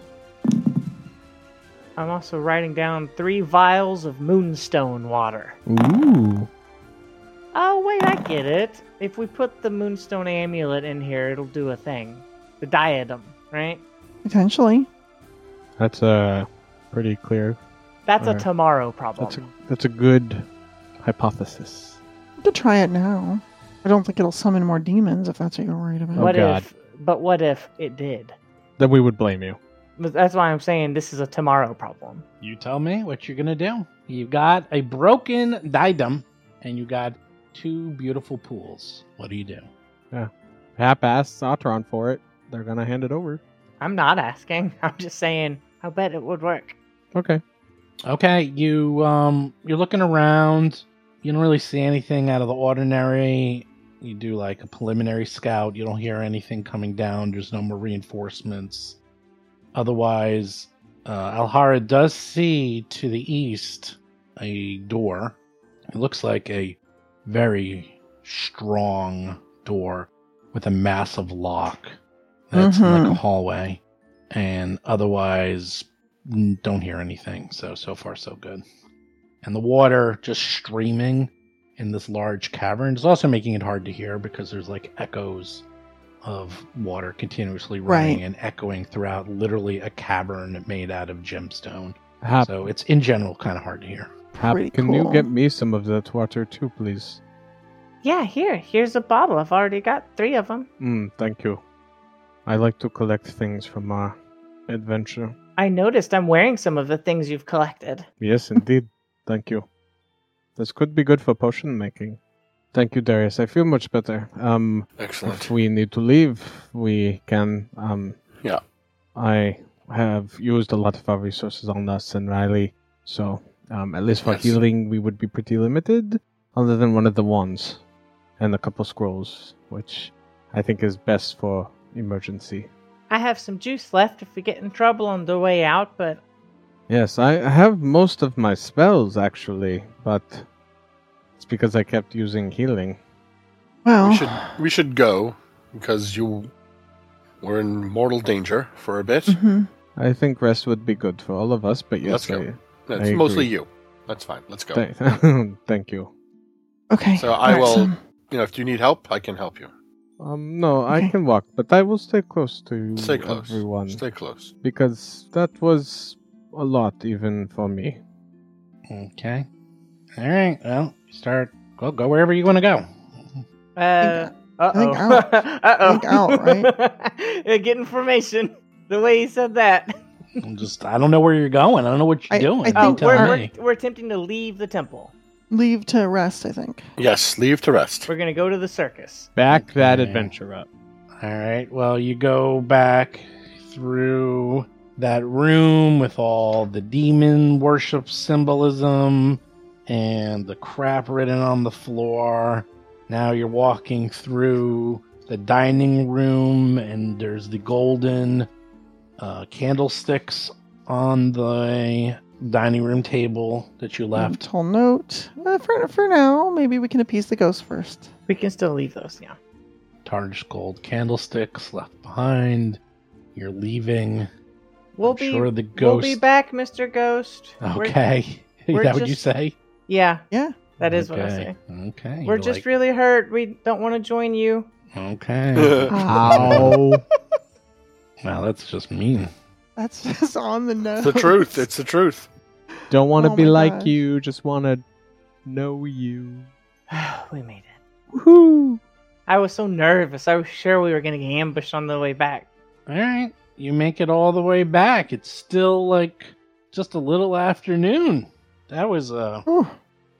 I'm also writing down three vials of moonstone water.
Ooh.
Oh, wait, I get it. If we put the moonstone amulet in here, it'll do a thing. The diadem, right?
Potentially.
That's uh, pretty clear.
That's a
Alright.
tomorrow problem.
That's a that's a good hypothesis.
Have to try it now. I don't think it'll summon more demons if that's what you're worried about.
Oh,
what
God.
if? But what if it did?
Then we would blame you.
But That's why I'm saying this is a tomorrow problem.
You tell me what you're going to do. You got a broken diadem and you got two beautiful pools. What do you do?
Hap asks Atron for it. They're gonna hand it over.
I'm not asking. (laughs) I'm just saying. I bet it would work.
Okay.
Okay, you um you're looking around. You don't really see anything out of the ordinary. You do like a preliminary scout. You don't hear anything coming down. There's no more reinforcements. Otherwise, uh, Alhara does see to the east a door. It looks like a very strong door with a massive lock that's in like a
Mhm.
hallway. And otherwise, n- don't hear anything. So, so far, so good. And the water just streaming in this large cavern is also making it hard to hear because there's like echoes of water continuously running
Right.
and echoing throughout literally a cavern made out of gemstone.
Hap,
So it's in general kind of hard to hear.
Hap
Pretty
can you
cool.
get me some of that water too, please?
Yeah, here. Here's a bottle. I've already got three of them.
Mm, thank you. I like to collect things from our adventure.
I noticed I'm wearing some of the things you've collected.
Yes, indeed. Thank you. This could be good for potion making. Thank you, Darius. I feel much better. Um,
Excellent.
if we need to leave, we can. Um,
Yeah.
I have used a lot of our resources on us and Riley, so um, at least for
Yes.
healing, we would be pretty limited, other than one of the wands. and a couple scrolls, which I think is best for emergency.
I have some juice left if we get in trouble on the way out, but
Yes, I I have most of my spells actually, but it's because I kept using healing.
Well,
We should we should go because you were in mortal danger for a bit.
mhm.
I think rest would be good for all of us, but yes,
Let's go.
I-
That's
I
mostly
agree.
you. That's fine. Let's go.
Thank, (laughs) thank you.
okay.
So I
Alright,
will-
so-
You know, if you need help, I can help you.
Um, no,
Okay.
I can walk, but I will stay close to
Stay close.
Mm, everyone
Stay close.
because that was a lot even for me.
Okay. All right. Well, start. Go go wherever you want to go.
uh uh oh,
think
(laughs)
out.
uh oh,
think out,
right? (laughs) Get information. The way he said that.
I'm (laughs) just I don't know where you're going. I don't know what you're
I-
doing.
I
You
Oh,
think-
tell
we're,
Alright.
we're,
me.
we're attempting to leave the temple.
leave to rest. I think.
Yes, leave to rest.
We're gonna go to the circus.
Back that
Okay.
adventure up.
All right. Well, you go back through that room with all the demon worship symbolism and the crap written on the floor. Now you're walking through the dining room, and there's the golden uh, candlesticks on the dining room table that you left.
Mental note. Uh, for for now, maybe we can appease the ghost first.
We can still leave those, yeah.
Tarnished gold candlesticks left behind. You're leaving.
We'll
I'm
be
sure the
we'll
ghost.
be back, Mr. Ghost. We're-
Okay. (laughs)
we're
Is that what you
just-
say?
yeah,
Yeah.
that is what I say.
Okay. Okay.
We're
you're
just
like,
really hurt. We don't want to join you. (sighs)
Okay.
(laughs)
Ah.
Um,
Ow.
wow, that's just mean.
That's (laughs) just on the nose.
It's
(laughs)
the truth. It's the truth.
(laughs) Don't want to
Oh
be
my
like
gosh.
you, just want to know you.
we made it.
Woohoo!
I was so nervous. I was sure we were gonna get ambushed on the way back.
All right. You make it all the way back. It's still like just a little afternoon. That was a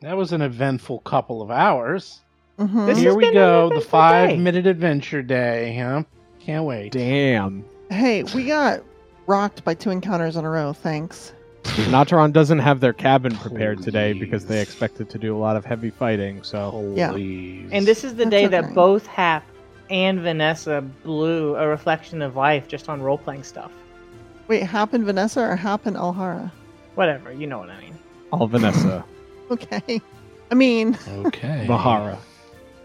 that was an eventful couple of hours.
hmm
This
Here
has
we
been an
go, the
eventful
five
day.
minute adventure day, huh? Can't wait.
Damn.
Hey, we got rocked by two encounters in a row. Thanks.
Natron doesn't have their cabin prepared today because they
Please.
expected to do a lot of heavy fighting, so.
Yeah.
Please.
And this is the
That's
day
okay.
that both Hap and Vanessa blew a reflection of life just on role playing stuff.
Wait, happen Vanessa or happen Alhara? (laughs)
Whatever, you know what I mean.
All Vanessa.
Okay. I mean, (laughs)
okay.
(laughs) Mahara.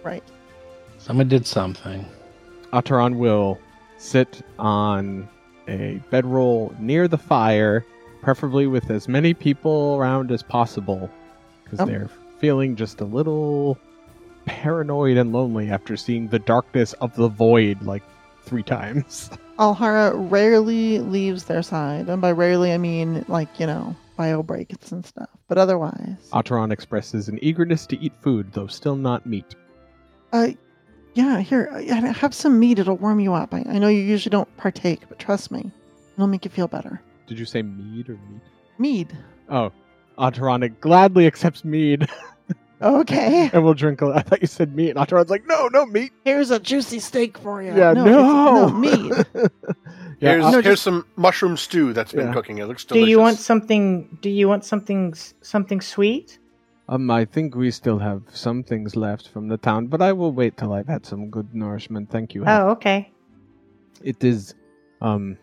right.
Someone did something.
Ataran will sit on a bedroll near the fire, preferably with as many people around as possible, because
Oh.
they're feeling just a little paranoid and lonely after seeing the darkness of the void like three times. (laughs)
Alhara rarely leaves their side, and by rarely I mean like you know bio breaks and stuff. But otherwise,
Ataran expresses an eagerness to eat food, though still not meat.
uh, yeah. Here, uh, yeah, have some meat. It'll warm you up. I, I know you usually don't partake, but trust me, it'll make you feel better.
Did you say mead or meat?
Mead.
Oh, Ataran gladly accepts mead
Okay.
and will drink. A, I thought you said meat, and Ataran's like, no, no meat.
Here's a juicy steak for you.
Yeah, no,
it's- no
(laughs)
meat.
yeah, uh,
here's
At-
here's some mushroom stew that's been
Yeah.
cooking. It looks
Do
delicious.
you want something do you want something s- something sweet?
Um, I think we still have some things left from the town, but I will wait till I've had some good nourishment. Thank you. Hap.
Oh, okay.
It is, um,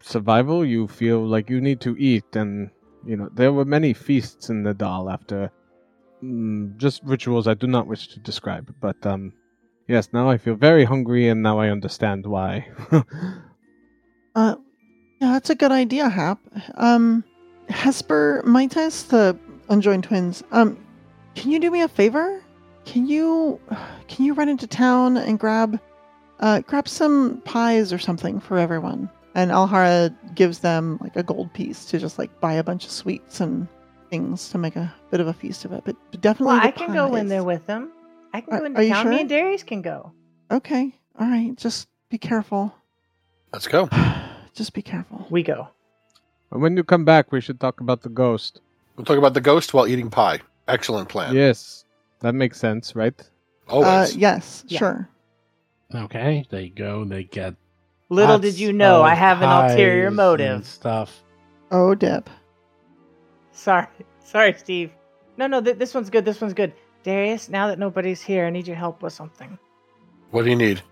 survival. You feel like you need to eat, and you know there were many feasts in the Dal after, mm, just rituals I do not wish to describe. But um, yes, now I feel very hungry, and now I understand why. (laughs)
Uh, yeah, that's a good idea, Hap. Um, Hesper Mites, the Unjoined Twins. Um, can you do me a favor? Can you can you run into town and grab uh grab some pies or something for everyone? And Alhara gives them like a gold piece to just like buy a bunch of sweets and things to make a bit of a feast of it. But, but definitely,
Well,
the
I can go in
pies.
there with them. I can
Are-
go in
are
the
you
town.
sure?
Me and Darius can go.
Okay, all right. Just be careful. (sighs)
Let's go.
just be careful.
We go.
and when you come back, we should talk about the ghost.
We'll talk about the ghost while eating pie. Excellent plan.
Yes, that makes sense, right?
Uh,
Always.
yes,
Yeah.
sure.
Okay. They go. They get
Little
lots
did you know I
of
have an ulterior
pies and
motive.
Stuff.
Oh, Deb.
Sorry. Sorry, Steve. No, no, th- this one's good. This one's good. Darius, now that nobody's here, I need your help with something.
What do you need?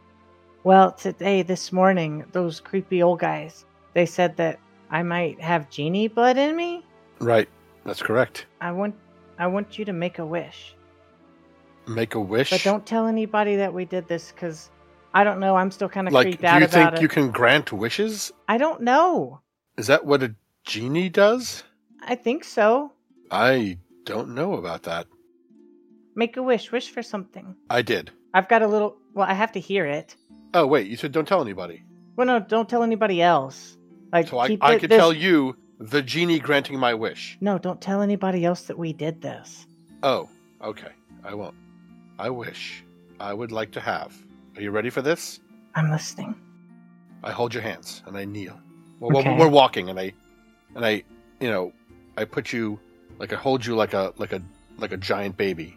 Well, today, this morning, those creepy old guys, they said that I might have genie blood in me.
Right. That's correct.
I want I want you to make a wish.
Make a wish.
But don't tell anybody that we did this cuz I don't know, I'm still kind of
like,
creeped
do
out
you
about
think
it.
you can grant wishes?
I don't know.
Is that what a genie does?
I think so.
I don't know about that.
Make a wish, wish for something.
I did.
I've got a little well, I have to hear it.
Oh wait, you said don't tell anybody.
Well, no, don't tell anybody else. Like
So I,
keep
I
it
could
this-
tell you the genie granting my wish.
No, don't tell anybody else that we did this.
Oh, okay. I won't. I wish I would like to have. Are you ready for this?
I'm listening.
I hold your hands and I kneel. Well,
Okay.
we're, we're walking and I and I, you know, I put you like I hold you like a like a like a giant baby,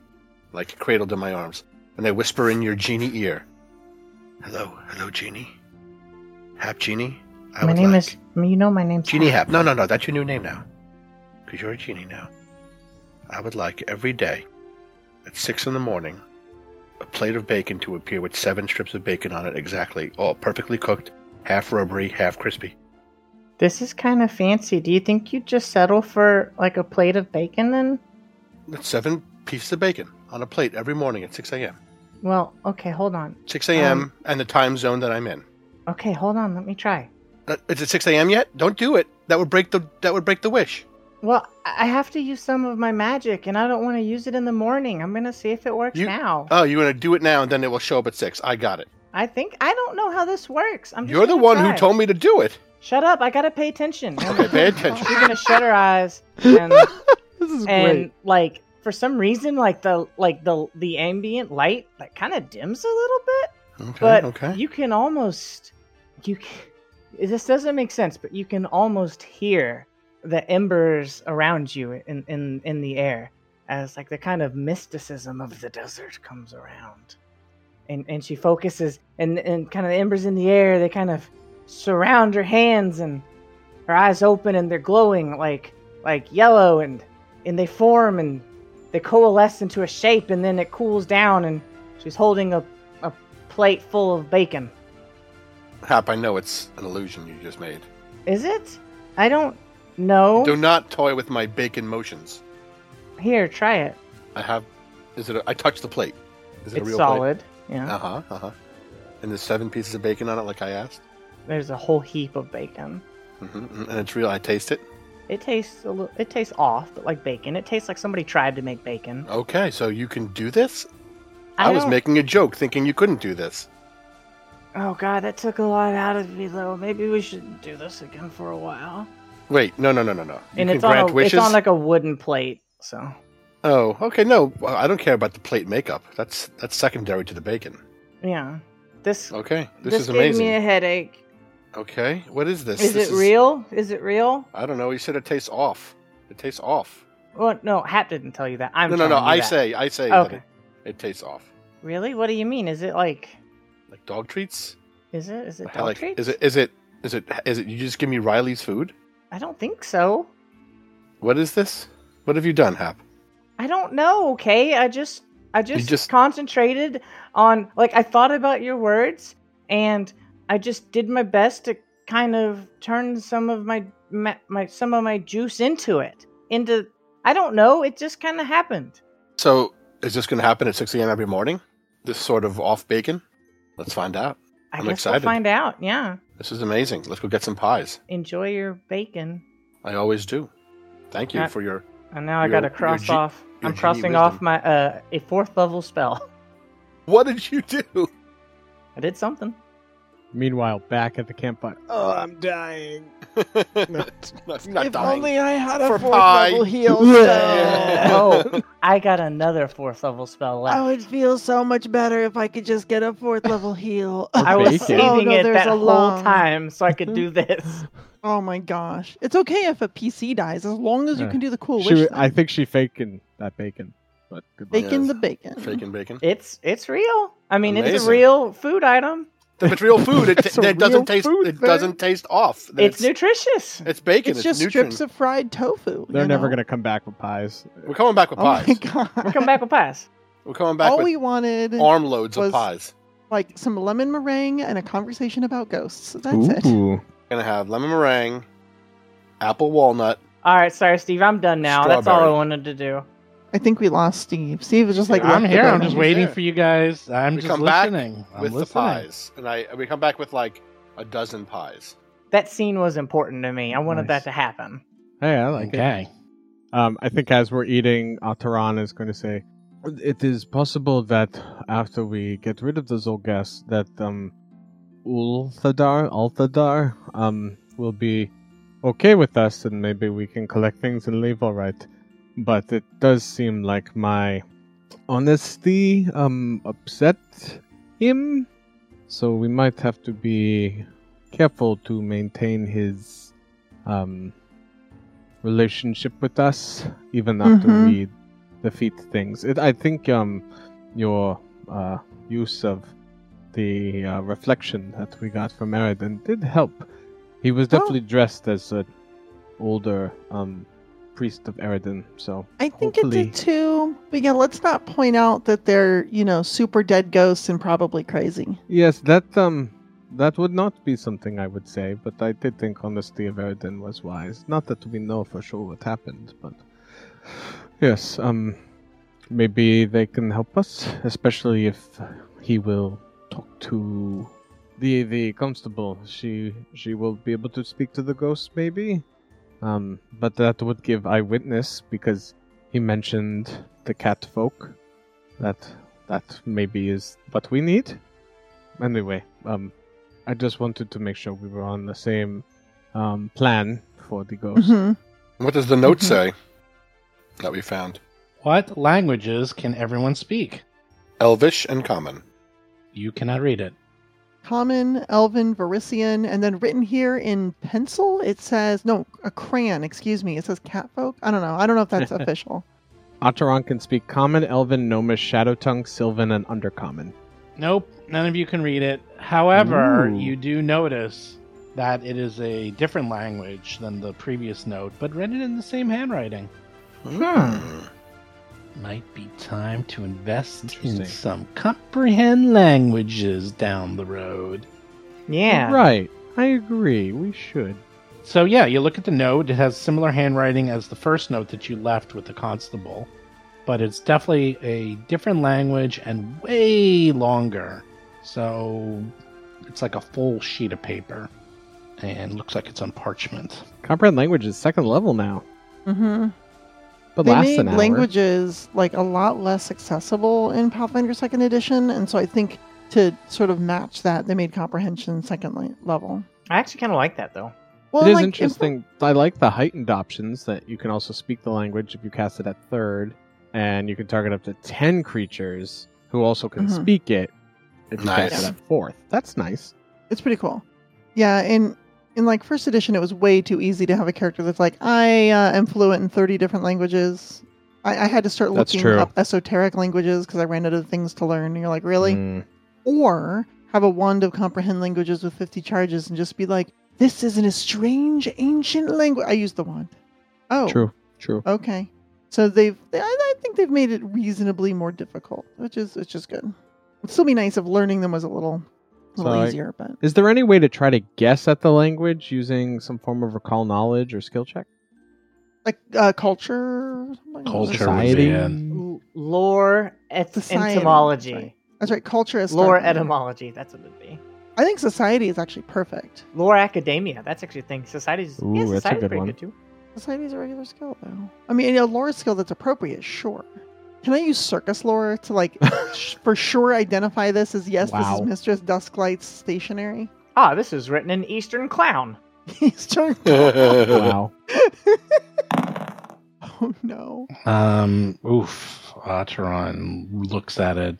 like cradled in my arms, and I whisper in your genie ear. Hello, hello, genie. Hap genie. I
my
would
name
like-
is you know my name's
Genie
Hap.
Hap. No, no, no. That's your new name now. Because you're a genie now. I would like every day at six in the morning a plate of bacon to appear with seven strips of bacon on it exactly, all perfectly cooked, half rubbery, half crispy.
This is kind of fancy. Do you think you'd just settle for like a plate of bacon then?
That's seven pieces of bacon on a plate every morning at 6 a.m.
Well, okay, hold on.
6 a.m.
Um,
and the time zone that I'm in.
Okay, hold on. Let me try.
Uh, Is it 6 a.m. yet? Don't do it. That would break the that would break the wish.
Well, I I have to use some of my magic, and I don't want to use it in the morning. I'm gonna see if it works
You-
now.
Oh, you're gonna do it now, and then it will show up at six. I got it.
I think I don't know how this works. I'm. Just
You're the
gonna
one
try.
who told me to do
(laughs)
it.
Shut up! I gotta pay attention.
Okay, pay attention.
You're gonna shut her eyes, and,
This is
and like for some reason, like the like the the ambient light like kind of dims a little bit.
Okay,
but
okay.
you can almost you c- this doesn't make sense but you can almost hear the embers around you in in in the air as like the kind of mysticism of the desert comes around and and she focuses and and kind of the embers in the air they kind of surround her hands and her eyes open and they're glowing like like yellow and and they form and they coalesce into a shape and then it cools down and she's holding a a plate full of bacon.
Hap, I know it's an illusion you just made.
Is it? I don't know.
Do not toy with my bacon motions.
Here, try it.
I have. Is it? A, I touched the plate. Is it a
It's
real
solid. Yeah.
plate? Uh huh. Uh huh. And there's seven pieces of bacon on it, like I asked.
There's a whole heap of bacon.
hmm And it's real. I taste it.
It tastes a little. It tastes off, but like bacon. It tastes like somebody tried to make bacon.
Okay, so you can do this.
I,
was
don't-
making a joke, thinking you couldn't do this.
Oh god, that took a lot out of me though. Maybe we should do this again for a while.
Wait, no, no, no, no, no. You can
and it's on
grant
a,
wishes.
it's on like a wooden plate. So
oh, okay. No, well, I don't care about the plate makeup. That's that's secondary to the bacon.
yeah, this
Okay, Oh, this, is
gave
amazing.
me a headache.
Okay, what is this?
Is
This
it real? Is it real?
I don't know. You said it tastes off. It tastes off.
Well, no, Hap didn't tell you that. I'm
no, no, no.
telling you
I
that.
say, I say. that
Okay.
it- it tastes off.
Really? What do you mean? Is it like?
Like dog treats?
Is it? Is it
How,
dog
like,
treats?
Is it? Is it? Is it? Is it? You just give me Riley's food?
I don't think so.
What is this? What have you done, Hap?
I don't know. Okay, I just, I just,
just-
concentrated on like I thought about your words, and I just did my best to kind of turn some of my my, my some of my juice into it. Into I don't know. It just kind of happened.
So is this going to happen at 6 a.m. every morning? This sort of off bacon? Let's find out.
I
I'm
guess
excited.
we'll find out. Yeah.
This is amazing. Let's go get some pies.
Enjoy your bacon.
I always do. Thank you
Uh,
for your.
And now I
Your-
got to
your
cross
ge-
off.
your
I'm
genie
crossing off
wisdom.
my uh a fourth level spell. (laughs)
What did you do? (laughs)
I did something.
Meanwhile, back at the campfire. Oh, I'm dying.
No, I'm not
if
dying.
only I had a
For
fourth
pie.
level heal
Yeah.
(laughs) spell.
(laughs)
oh, I got another fourth level spell left.
I would feel so much better if I could just get a fourth level heal.
Or
I was
bacon.
Oh,
saving
no,
it
there's
that
a
whole
lung.
time so I could
(laughs)
do this.
Oh my gosh. It's okay if a PC dies as long as you
Yeah.
can do the cool
She,
Oh, wish.
wa-
thing.
I think she faking that bacon, but good luck.
bacon
Yes.
the bacon.
Faking
(laughs)
bacon.
It's it's real. I mean, it's a
Amazing.
real food item.
If it's real food, it,
It's a
it doesn't
real
taste.
food,
it
man.
doesn't taste off. Then
It's, nutritious.
It's bacon.
It's
It's,
just
nutrient.
strips of fried tofu.
They're
you
never
know?
gonna come back with pies.
We're coming back with
Oh
pies.
my god.
We'll come back with pies.
We're coming back
All
with
we wanted
arm loads
was-
of pies.
like some lemon meringue and a conversation about ghosts. That's it.
Ooh.
Gonna have lemon meringue, apple walnut.
All right, sorry, Steve. I'm done now. That's all I
Strawberry.
wanted to do.
I think we lost Steve. Steve was just like,
I'm
left the
here. I'm
building.
just waiting
Yeah.
for you guys. I'm
We
just
come back
listening. I'm
with the
listening.
pies, and I we come back with like a dozen pies.
That scene was important to me. I wanted that
Nice.
to happen.
Hey, I like it.
Okay.
Um, I think as we're eating, Ataran is going to say, "It is possible that after we get rid of the Zolgas, that um, Ulthadar, Althadar, um, will be okay with us, and maybe we can collect things and leave all right." But it does seem like my honesty um upset him, so we might have to be careful to maintain his um relationship with us, even after
Mhm.
we defeat things. It, I think um, your uh, use of the uh, reflection that we got from Eridan did help. He was
Oh.
definitely dressed as an older um, priest of Eridan, so
I think it
Hopefully.
did too. But yeah, let's not point out that they're, you know, super dead ghosts and probably crazy.
yes, that um, that would not be something I would say, but I did think honesty of Eridan was wise. Not that we know for sure what happened, but yes, um, maybe they can help us, especially if he will talk to the the constable. She she will be able to speak to the ghost, maybe. Um, but that would give eyewitness because he mentioned the cat folk. That that maybe is what we need. Anyway, um, I just wanted to make sure we were on the same um, plan for the ghost.
hmm
What does the note
Mhm.
say that we found?
What languages can everyone speak?
Elvish and common.
You cannot read it.
Common, Elven, Varisian, and then written here in pencil, it says, no, a crayon, excuse me. It says catfolk. I don't know. I don't know if
(laughs)
that's official.
Ataran can speak Common, Elven, Gnomish, Shadow Tongue, Sylvan, and Undercommon.
Nope, none of you can read it. However,
Ooh.
you do notice that it is a different language than the previous note, but written in the same handwriting.
Hmm.
Might be time to invest in
Interesting.
some comprehend languages down the road.
Yeah.
Right. I agree. We should.
So, yeah, you look at the note, it has similar handwriting as the first note that you left with the constable, but it's definitely a different language and way longer. So, it's like a full sheet of paper and looks like it's on parchment.
Comprehend language is second level now,
hmm
but
they
lasts
made
an hour.
languages like a lot less accessible in Pathfinder Second Edition, and so I think to sort of match that, they made comprehension second le- level.
I actually kind of like that though.
Well,
it is
like, in-
interesting. I like the heightened options that you can also speak the language if you cast it at third, and you can target up to ten creatures who also can
Mhm.
speak it if you cast
Nice.
it at fourth. That's nice.
it's pretty cool. Yeah, in in like first edition, it was way too easy to have a character that's like, I uh, am fluent in thirty different languages. I, I had to start
That's
looking
true.
up esoteric languages because I ran out of things to learn. And you're like, really?
Mm.
or have a wand of comprehend languages with 50 charges and just be like, this is an strange ancient language. I used the wand. Oh,
True. True.
okay. So they've, I, I think they've made it reasonably more difficult, which is, which is good. It'd still be nice if learning them was a little, a
So
little
I-
easier, but
Is there any way to try to guess at the language using some form of recall knowledge or skill check?
like uh, culture, or something?
Culture. would be
Society.
in.
L- lore et-
Society,
entomology.
sorry. That's right. Culture is
Lore
starting.
etymology. That's what it'd be.
I think society is actually perfect.
Lore academia. That's actually a thing. Society's
Ooh,
yeah,
that's a
society's
good
pretty
one.
good too.
Society is a regular skill, though. I mean, a lore skill that's appropriate, sure. Can I use circus lore to like sh- for sure identify this as yes,
Wow.
this is Mistress Dusklight's stationery? (laughs)
Ah, this is written in Eastern clown.
He's trying.
(laughs)
wow.
(laughs) Oh no!
Um, oof. Ataran looks at it,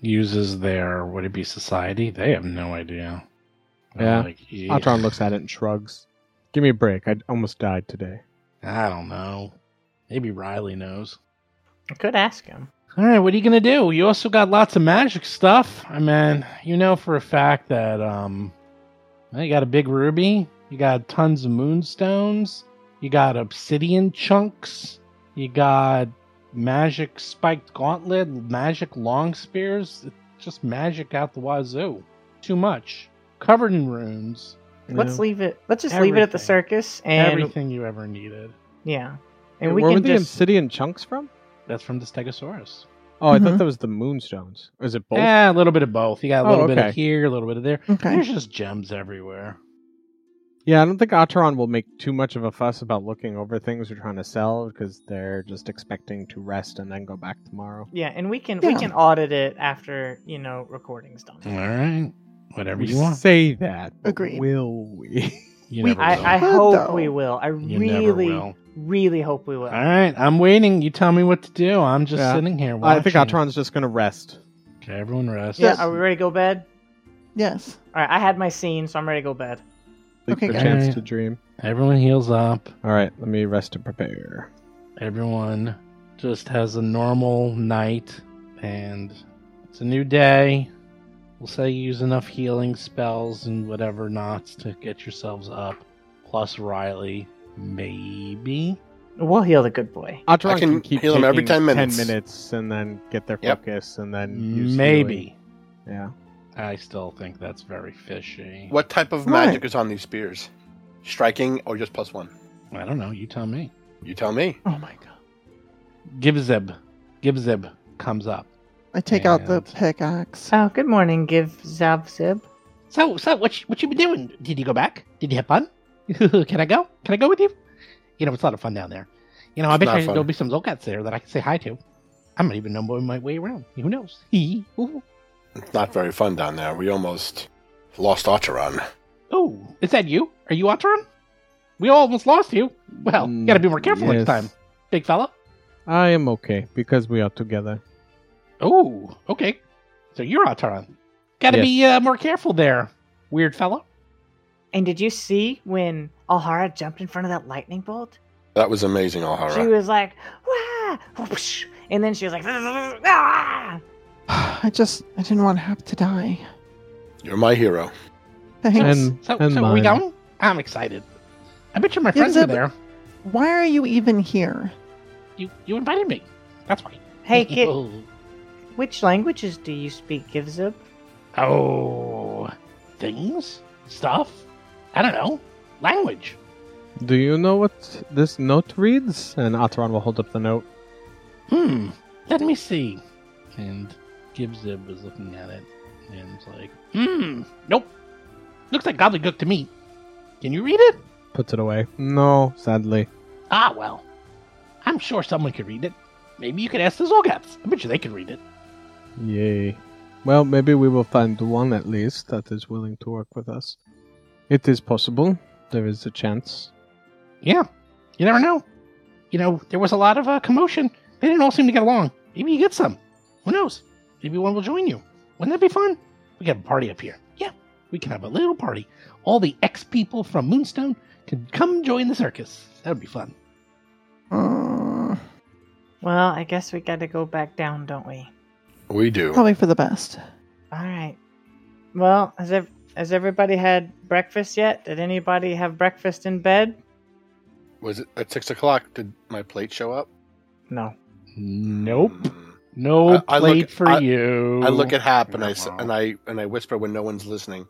uses their, would it be society? They have no idea. I'm
Yeah.
Like, "Eek,
Atron looks at it and shrugs. Give me a break. I almost died today.
I don't know. Maybe Riley knows.
I could ask him.
All right, what are you gonna do? You also got lots of magic stuff. I mean, you know for a fact that um, well, you got a big ruby, you got tons of moonstones, you got obsidian chunks, you got magic spiked gauntlet, magic long spears, just magic out the wazoo. Too much. Covered in runes.
you
Let's
know?
leave it. Let's just leave it at the
Everything.
circus and
everything you ever needed.
yeah,
Where
and we
were
can
the
just
obsidian chunks from?
That's from the Stegosaurus.
Oh, I
Mm-hmm.
Mhm.
thought that was the moonstones. Or is it both?
Eh.
Yeah, a little bit of both. You got a
Oh,
little bit
okay.
of here, a little bit of there.
Okay.
There's just gems everywhere.
Yeah, I don't think Ataran will make too much of a fuss about looking over things or trying to sell because they're just expecting to rest and then go back tomorrow.
yeah, and we can we
Yeah.
can audit it after you know recording's done.
All right. Whatever
We
you want.
say that. but
Agreed.
Will we?
You
We-
never will.
I, I
Good,
hope
though.
we will. I
you never
really,
will.
really hope we will.
All right. I'm waiting. You tell me what to do. I'm just
Yeah.
sitting here
I
watching.
think Atron's just going to rest.
Okay, everyone rest.
Yeah, are we ready to go bed?
Yes.
All right, I had my scene, so I'm ready to go bed.
Leave
Okay,
the
guys.
chance
Yeah.
to dream.
Everyone heals up.
All right, let me rest and prepare.
Everyone just has a normal night and it's a new day. We'll say you use enough healing spells and whatever knots to get yourselves up. Plus Riley, maybe.
We'll heal the good boy.
Atron
I can
keep
heal him every
taking
10
10
minutes.
minutes and then get their
Yep.
focus and then use
Maybe.
healing. Yeah.
I still think that's very fishy.
What type of
Right.
magic is on these spears? Striking or just plus one?
I don't know. You tell me.
You tell me.
Oh my god.
Gibzib. Gibzib comes up.
I take out the
And-
pickaxe.
Oh, good morning, give Zabzib.
So, so what? You, what you been doing? Did you go back? Did you have fun? (laughs) Can I go? Can I go with you? You know, it's a lot of fun down there. You know, I
It's
bet
not
you
fun.
there'll be some locats there that I can say hi to. I might even know my way around. Who knows? Hee. Ooh.
It's not very fun down there. We almost lost Otteron.
Oh, is that you? Are you Otteron? We almost lost you. Well, you gotta be more careful
Mm, Yes.
next time, big fella.
I am okay because we are together.
Oh, okay. So you're Otteron. Gotta
Yes.
be uh, more careful there, weird fella.
And did you see when Alhara jumped in front of that lightning bolt?
That was amazing,
She
Alhara.
was like, "Wah!" (laughs) whoosh," and then she was like, (laughs) "Ah!"
I just I didn't want Hap to die.
You're my hero.
Thanks.
And,
So,
and
so are we
mine.
going? I'm excited. I bet you my friends
Gibzib-
are there.
Why are you even here?
You you invited me. That's why. (laughs)
Hey,
(laughs)
kid,
Oh.
which languages do you speak, Givzib?
Oh, things, stuff. I don't know. Language.
Do you know what this note reads? And Atron will hold up the note.
Hmm. Let me see. And Gibzib was looking at it and was like, hmm. Nope. Looks like gobbledygook to me. Can you read it?
Puts it away. No, sadly.
Ah, well. I'm sure someone could read it. Maybe you could ask the Zolgats. I bet you they could read it.
Yay. Well, maybe we will find one at least that is willing to work with us. It is possible. There is a chance.
Yeah. You never know. You know, there was a lot of uh, commotion. They didn't all seem to get along. Maybe you get some. Who knows? Maybe one will join you. Wouldn't that be fun? We can have a party up here. Yeah, we can have a little party. All the ex people from Moonstone can come join the circus. That would be fun.
Mm,
Well, I guess we gotta go back down, don't we?
We do.
probably for the best.
All right. Well, has ev- has everybody had breakfast yet? Did anybody have breakfast in bed?
Was it at six o'clock? Did my plate show up?
No.
Mm.
No
I- I look-
plate for
I-
you.
I look at Hap and I s-
Uh-huh.
and I and I whisper when no one's listening.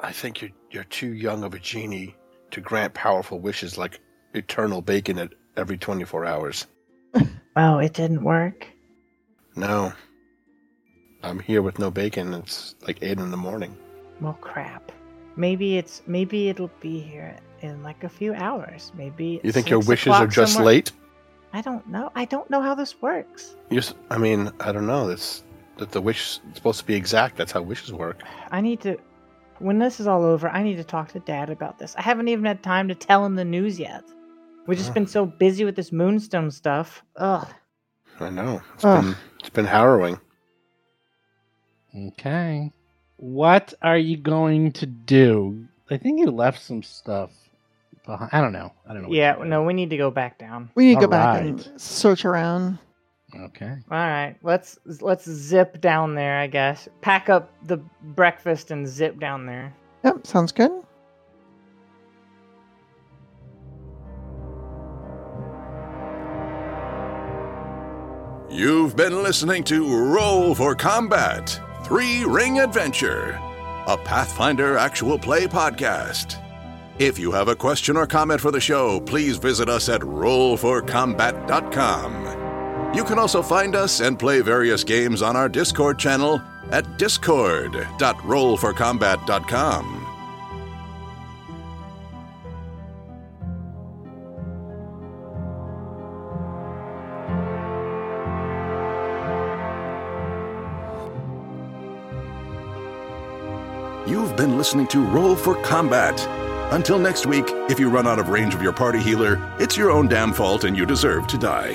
I think you're you're too young of a genie to grant powerful wishes like eternal bacon at every twenty four hours.
Oh, it didn't work.
No, I'm here with no bacon. It's like eight in the morning.
Well, crap. Maybe it's maybe it'll be here in like a few hours. Maybe
You
it's
think your
six
wishes are
o'clock
just
somewhere-
late?
I don't know. I don't know how this works.
You're, s- I mean, I don't know. That's that the wish is supposed to be exact. That's how wishes work.
I need to. When this is all over, I need to talk to Dad about this. I haven't even had time to tell him the news yet. We've just been so busy with this moonstone stuff. Ugh.
I know. It's
Ugh.
been it's been harrowing.
Okay. What are you going to do? I think you left some stuff behind. I don't know. I don't know. what
Yeah.
you did.
No, we need to go back down.
We need to go
All
back
right.
and search around.
Okay.
All right, let's let's zip down there. I guess pack up the breakfast and zip down there.
Yep, sounds good.
You've been listening to Roll for Combat Three Ring Adventure, a Pathfinder actual play podcast. If you have a question or comment for the show, please visit us at rollforcombat.com. You can also find us and play various games on our Discord channel at discord.rollforcombat.com. You've been listening to Roll for Combat. Until next week, if you run out of range of your party healer, it's your own damn fault and you deserve to die.